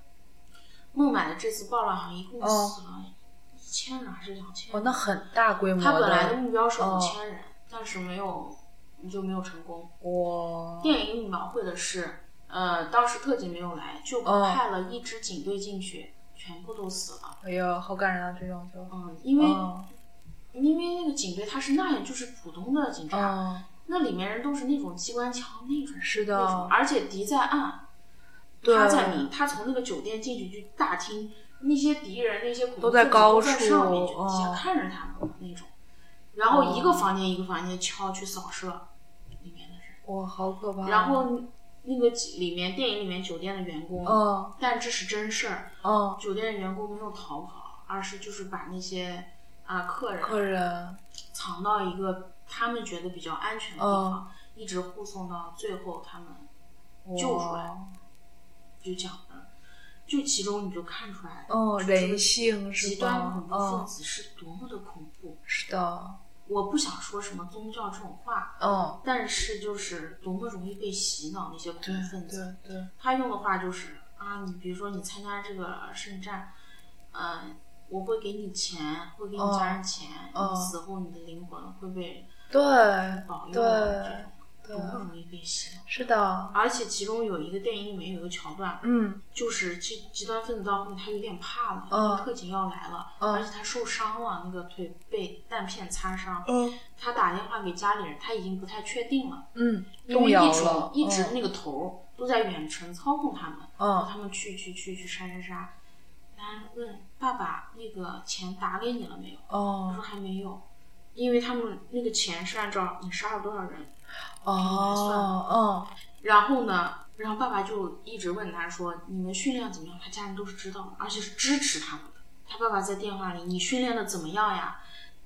Speaker 3: 孟买的这次暴乱好像一共
Speaker 2: 哦
Speaker 3: 死了一千人还是两千
Speaker 2: 哦，
Speaker 3: 人？
Speaker 2: 那很大规模
Speaker 3: 他本来的
Speaker 2: 的，
Speaker 3: 目标是
Speaker 2: 哦
Speaker 3: 五千人，但是没有，就没有成功。
Speaker 2: 哇，
Speaker 3: 电影里描绘的是，呃，当时特警没有来，就
Speaker 2: 哦
Speaker 3: 派了一支警队进去，全部都死了。
Speaker 2: 哎呀，好感人啊，这种就，
Speaker 3: 嗯，因为、
Speaker 2: 嗯
Speaker 3: 因为那个警队他是那样，就是普通的警察，
Speaker 2: 嗯，
Speaker 3: 那里面人都是那种机关枪那种，
Speaker 2: 是
Speaker 3: 那种
Speaker 2: 的，
Speaker 3: 而且敌在暗，
Speaker 2: 对啊
Speaker 3: 他在明，他从那个酒店进去去大厅，那些敌人那些恐怖
Speaker 2: 都在高处
Speaker 3: 分子都在上面就
Speaker 2: 哦
Speaker 3: 底下看着他们那种，然后一个房间一个房间敲去扫射里面的人，
Speaker 2: 哇，好可怕，
Speaker 3: 然，后那个里面电影里面酒店的员工，
Speaker 2: 嗯
Speaker 3: 但这是真事儿，
Speaker 2: 嗯，
Speaker 3: 酒店的员工没有逃跑，而是就是把那些啊客人
Speaker 2: 客人，
Speaker 3: 藏到一个他们觉得比较安全的地方，
Speaker 2: 嗯
Speaker 3: 一直护送到最后他们救出来
Speaker 2: 哇，
Speaker 3: 就讲的，就其中你就看出来，
Speaker 2: 嗯，人性
Speaker 3: 极
Speaker 2: 是
Speaker 3: 端
Speaker 2: 吧
Speaker 3: 恐？怖分
Speaker 2: 嗯，
Speaker 3: 子是多么的恐怖。
Speaker 2: 是的，
Speaker 3: 我不想说什么宗教这种话，
Speaker 2: 嗯，
Speaker 3: 但是就是多么容易被洗脑那些恐怖分子。
Speaker 2: 对对，
Speaker 3: 他用的话就是啊，你比如说你参加这个圣战，嗯，我会给你钱，会给你家人钱，
Speaker 2: 嗯
Speaker 3: 你死后你的灵魂会被
Speaker 2: 对
Speaker 3: 保佑
Speaker 2: 对
Speaker 3: 的这
Speaker 2: 对
Speaker 3: 种，多么容易被洗脑。
Speaker 2: 是的，
Speaker 3: 而且其中有一个电影里面有一个桥段，
Speaker 2: 嗯
Speaker 3: 就是极极端分子到后面他有点怕了，
Speaker 2: 嗯
Speaker 3: 因为特警要来了，
Speaker 2: 嗯
Speaker 3: 而且他受伤了，那个腿被弹片擦伤。
Speaker 2: 嗯
Speaker 3: 他打电话给家里人，他已经不太确定了，
Speaker 2: 嗯，
Speaker 3: 因
Speaker 2: 动
Speaker 3: 为
Speaker 2: 摇
Speaker 3: 一直
Speaker 2: 了，
Speaker 3: 一直
Speaker 2: 嗯
Speaker 3: 那个头儿都在远程操控他们，让
Speaker 2: 嗯
Speaker 3: 他们去去去去杀杀杀。他问爸爸那个钱打给你了没有？我
Speaker 2: 哦
Speaker 3: 说还没有，因为他们那个钱是按照你杀了多少人，
Speaker 2: 哦
Speaker 3: 然后呢，然后爸爸就一直问他说：“你们训练怎么样？”他家人都是知道的，而且是支持他们的。他爸爸在电话里：“你训练的怎么样呀？”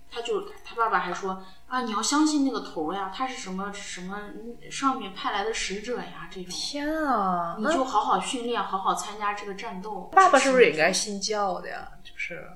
Speaker 3: 他就他爸爸还说：“啊，你要相信那个头儿呀，他是什么什么嗯上面派来的使者呀，这种
Speaker 2: 嗯，天啊，
Speaker 3: 你
Speaker 2: 那
Speaker 3: 就好好训练，好好参加这个战斗。”
Speaker 2: 爸爸是不是也应该？信教的呀？就是，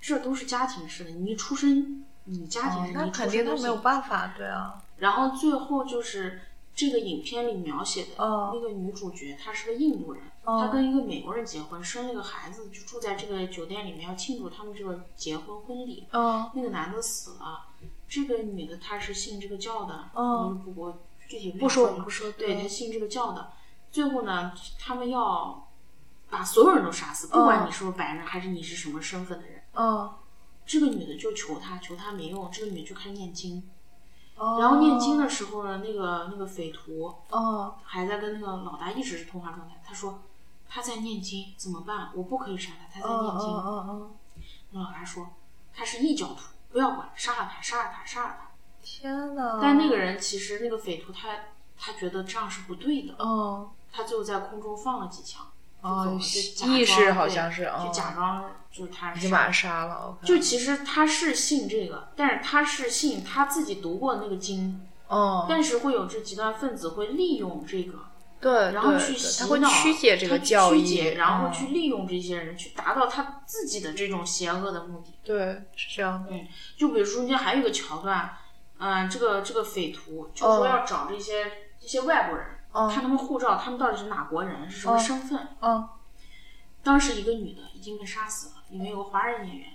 Speaker 3: 这都是家庭式的，你一出生，你家庭
Speaker 2: 哦
Speaker 3: 式，的，
Speaker 2: 那
Speaker 3: 你出
Speaker 2: 肯定
Speaker 3: 生
Speaker 2: 他
Speaker 3: 都
Speaker 2: 没有
Speaker 3: 是。
Speaker 2: 办法，对啊，
Speaker 3: 然后最后就是这个影片里描写的
Speaker 2: 哦
Speaker 3: 那个女主角，她是个印度人。他
Speaker 2: 嗯
Speaker 3: 跟一个美国人结婚，生了一个孩子，就住在这个酒店里面，要庆祝他们这个结婚婚礼。
Speaker 2: 嗯
Speaker 3: 那个男的死了，这个女的她是信这个教的，
Speaker 2: 嗯
Speaker 3: 我们不过具体
Speaker 2: 不说我们
Speaker 3: 了
Speaker 2: 不说
Speaker 3: 对
Speaker 2: 对
Speaker 3: 她信这个教的。最后呢，他们要把所有人都杀死，不管你是不是白人，还是你是什么身份的人。
Speaker 2: 嗯，
Speaker 3: 这个女的就求他，求他没用，这个女的就开始念经。
Speaker 2: 哦
Speaker 3: 然后念经的时候呢，那个那个匪徒，
Speaker 2: 嗯
Speaker 3: 还在跟那个老大一直是通话状态。他说他在念经，怎么办？我不可以杀他，
Speaker 2: 嗯
Speaker 3: 他在念
Speaker 2: 嗯
Speaker 3: 经。
Speaker 2: 嗯嗯，
Speaker 3: 那老大说他是异教徒，不要管，杀了他，杀了他，杀了他。
Speaker 2: 天哪！嗯
Speaker 3: 但那个人其实那个匪徒他他觉得这样是不对的，
Speaker 2: 嗯
Speaker 3: 他最后在空中放了几枪，就
Speaker 2: 哦
Speaker 3: 走了
Speaker 2: 是
Speaker 3: 就假装
Speaker 2: 意识
Speaker 3: 对
Speaker 2: 好像是
Speaker 3: 就
Speaker 2: 哦
Speaker 3: 假装就是他
Speaker 2: 已经把
Speaker 3: 杀
Speaker 2: 他。杀了，OK，
Speaker 3: 就其实他是信这个，但是他是信他自己读过那个经，
Speaker 2: 嗯，
Speaker 3: 但是会有这极端分子会利用这个
Speaker 2: 对，
Speaker 3: 然后
Speaker 2: 对
Speaker 3: 去
Speaker 2: 对
Speaker 3: 洗
Speaker 2: 他
Speaker 3: 脑，
Speaker 2: 会曲解这个
Speaker 3: 他
Speaker 2: 教
Speaker 3: 曲
Speaker 2: 义，
Speaker 3: 解然后
Speaker 2: 嗯
Speaker 3: 去利用这些人去达到他自己的这种邪恶的目的。
Speaker 2: 对是这样的，
Speaker 3: 就比如说中间还有一个桥段，嗯、这个这个匪徒就说
Speaker 2: 嗯
Speaker 3: 要找这些、这些外国人，
Speaker 2: 嗯
Speaker 3: 看他们护照，他们到底是哪国人，是什么
Speaker 2: 嗯
Speaker 3: 身份。
Speaker 2: 嗯
Speaker 3: 当时一个女的已经被杀死了，里面有个华人演员，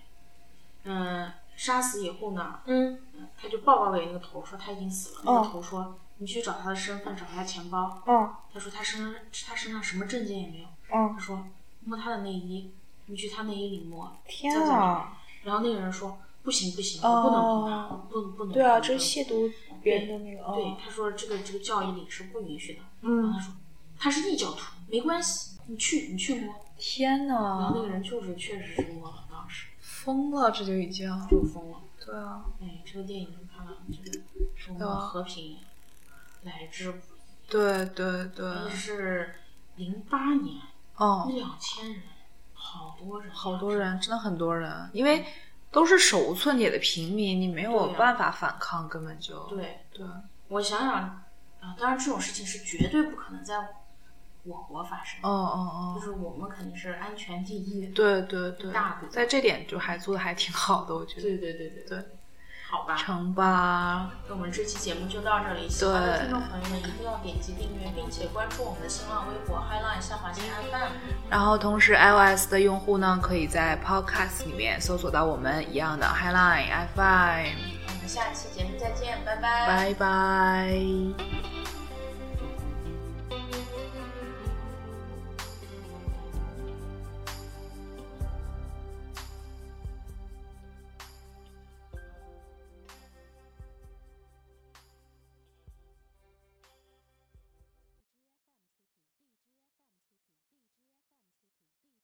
Speaker 3: 嗯、杀死以后呢，
Speaker 2: 嗯
Speaker 3: 他就报告给那个头说他已经死了，那
Speaker 2: 嗯
Speaker 3: 个头说你去找他的身份，找他的钱包。
Speaker 2: 嗯
Speaker 3: 他说他身上他身上什么证件也没有。
Speaker 2: 嗯，
Speaker 3: 他说摸他的内衣，你去他内衣里摸。
Speaker 2: 天
Speaker 3: 在这
Speaker 2: 啊，
Speaker 3: 里！然后那个人说不行不行，
Speaker 2: 哦
Speaker 3: 我不能碰他，我不不能碰他。
Speaker 2: 对啊，这是亵渎别人的那个，
Speaker 3: 对
Speaker 2: 嗯，
Speaker 3: 他说这个这个教义里是不允许的。然后
Speaker 2: 嗯，
Speaker 3: 他说他是异教徒，没关系，你去你去摸。
Speaker 2: 天
Speaker 3: 然后那
Speaker 2: 哪，
Speaker 3: 个人就是确实是摸了，当时
Speaker 2: 疯了，这就已经，
Speaker 3: 就疯了。
Speaker 2: 对啊，
Speaker 3: 哎，这个电影看完这个中
Speaker 2: 对
Speaker 3: 国
Speaker 2: 啊
Speaker 3: 和平来之不易，
Speaker 2: 对对对，啊
Speaker 3: 那是零八年，
Speaker 2: 嗯
Speaker 3: 一。两千人，好多人，
Speaker 2: 好多人，真的很多人，因为都是手无寸铁的平民，你没有
Speaker 3: 嗯对啊
Speaker 2: 办法反抗，根本就哦
Speaker 3: 对对，我想想啊，当然这种事情是绝对不可能在我国发生的，
Speaker 2: 哦哦哦，
Speaker 3: 就是我们肯定是安全第一。
Speaker 2: 对对对
Speaker 3: 大部，分
Speaker 2: 在这点就还做的还挺好的，我觉得。
Speaker 3: 对对对对
Speaker 2: 对，
Speaker 3: 好吧，
Speaker 2: 成吧，
Speaker 3: 那我们这期节目就到这里，喜欢的听众朋友们一定要点击订阅，并且关注我们的新浪微博 Highline 下划线 FM。
Speaker 2: 然后同时 iOS 的用户呢，可以在 Podcast 里面搜索到我们一样的 Highline FM，
Speaker 3: 我们下期节目再见，拜
Speaker 2: 拜
Speaker 3: 拜。
Speaker 2: 拜。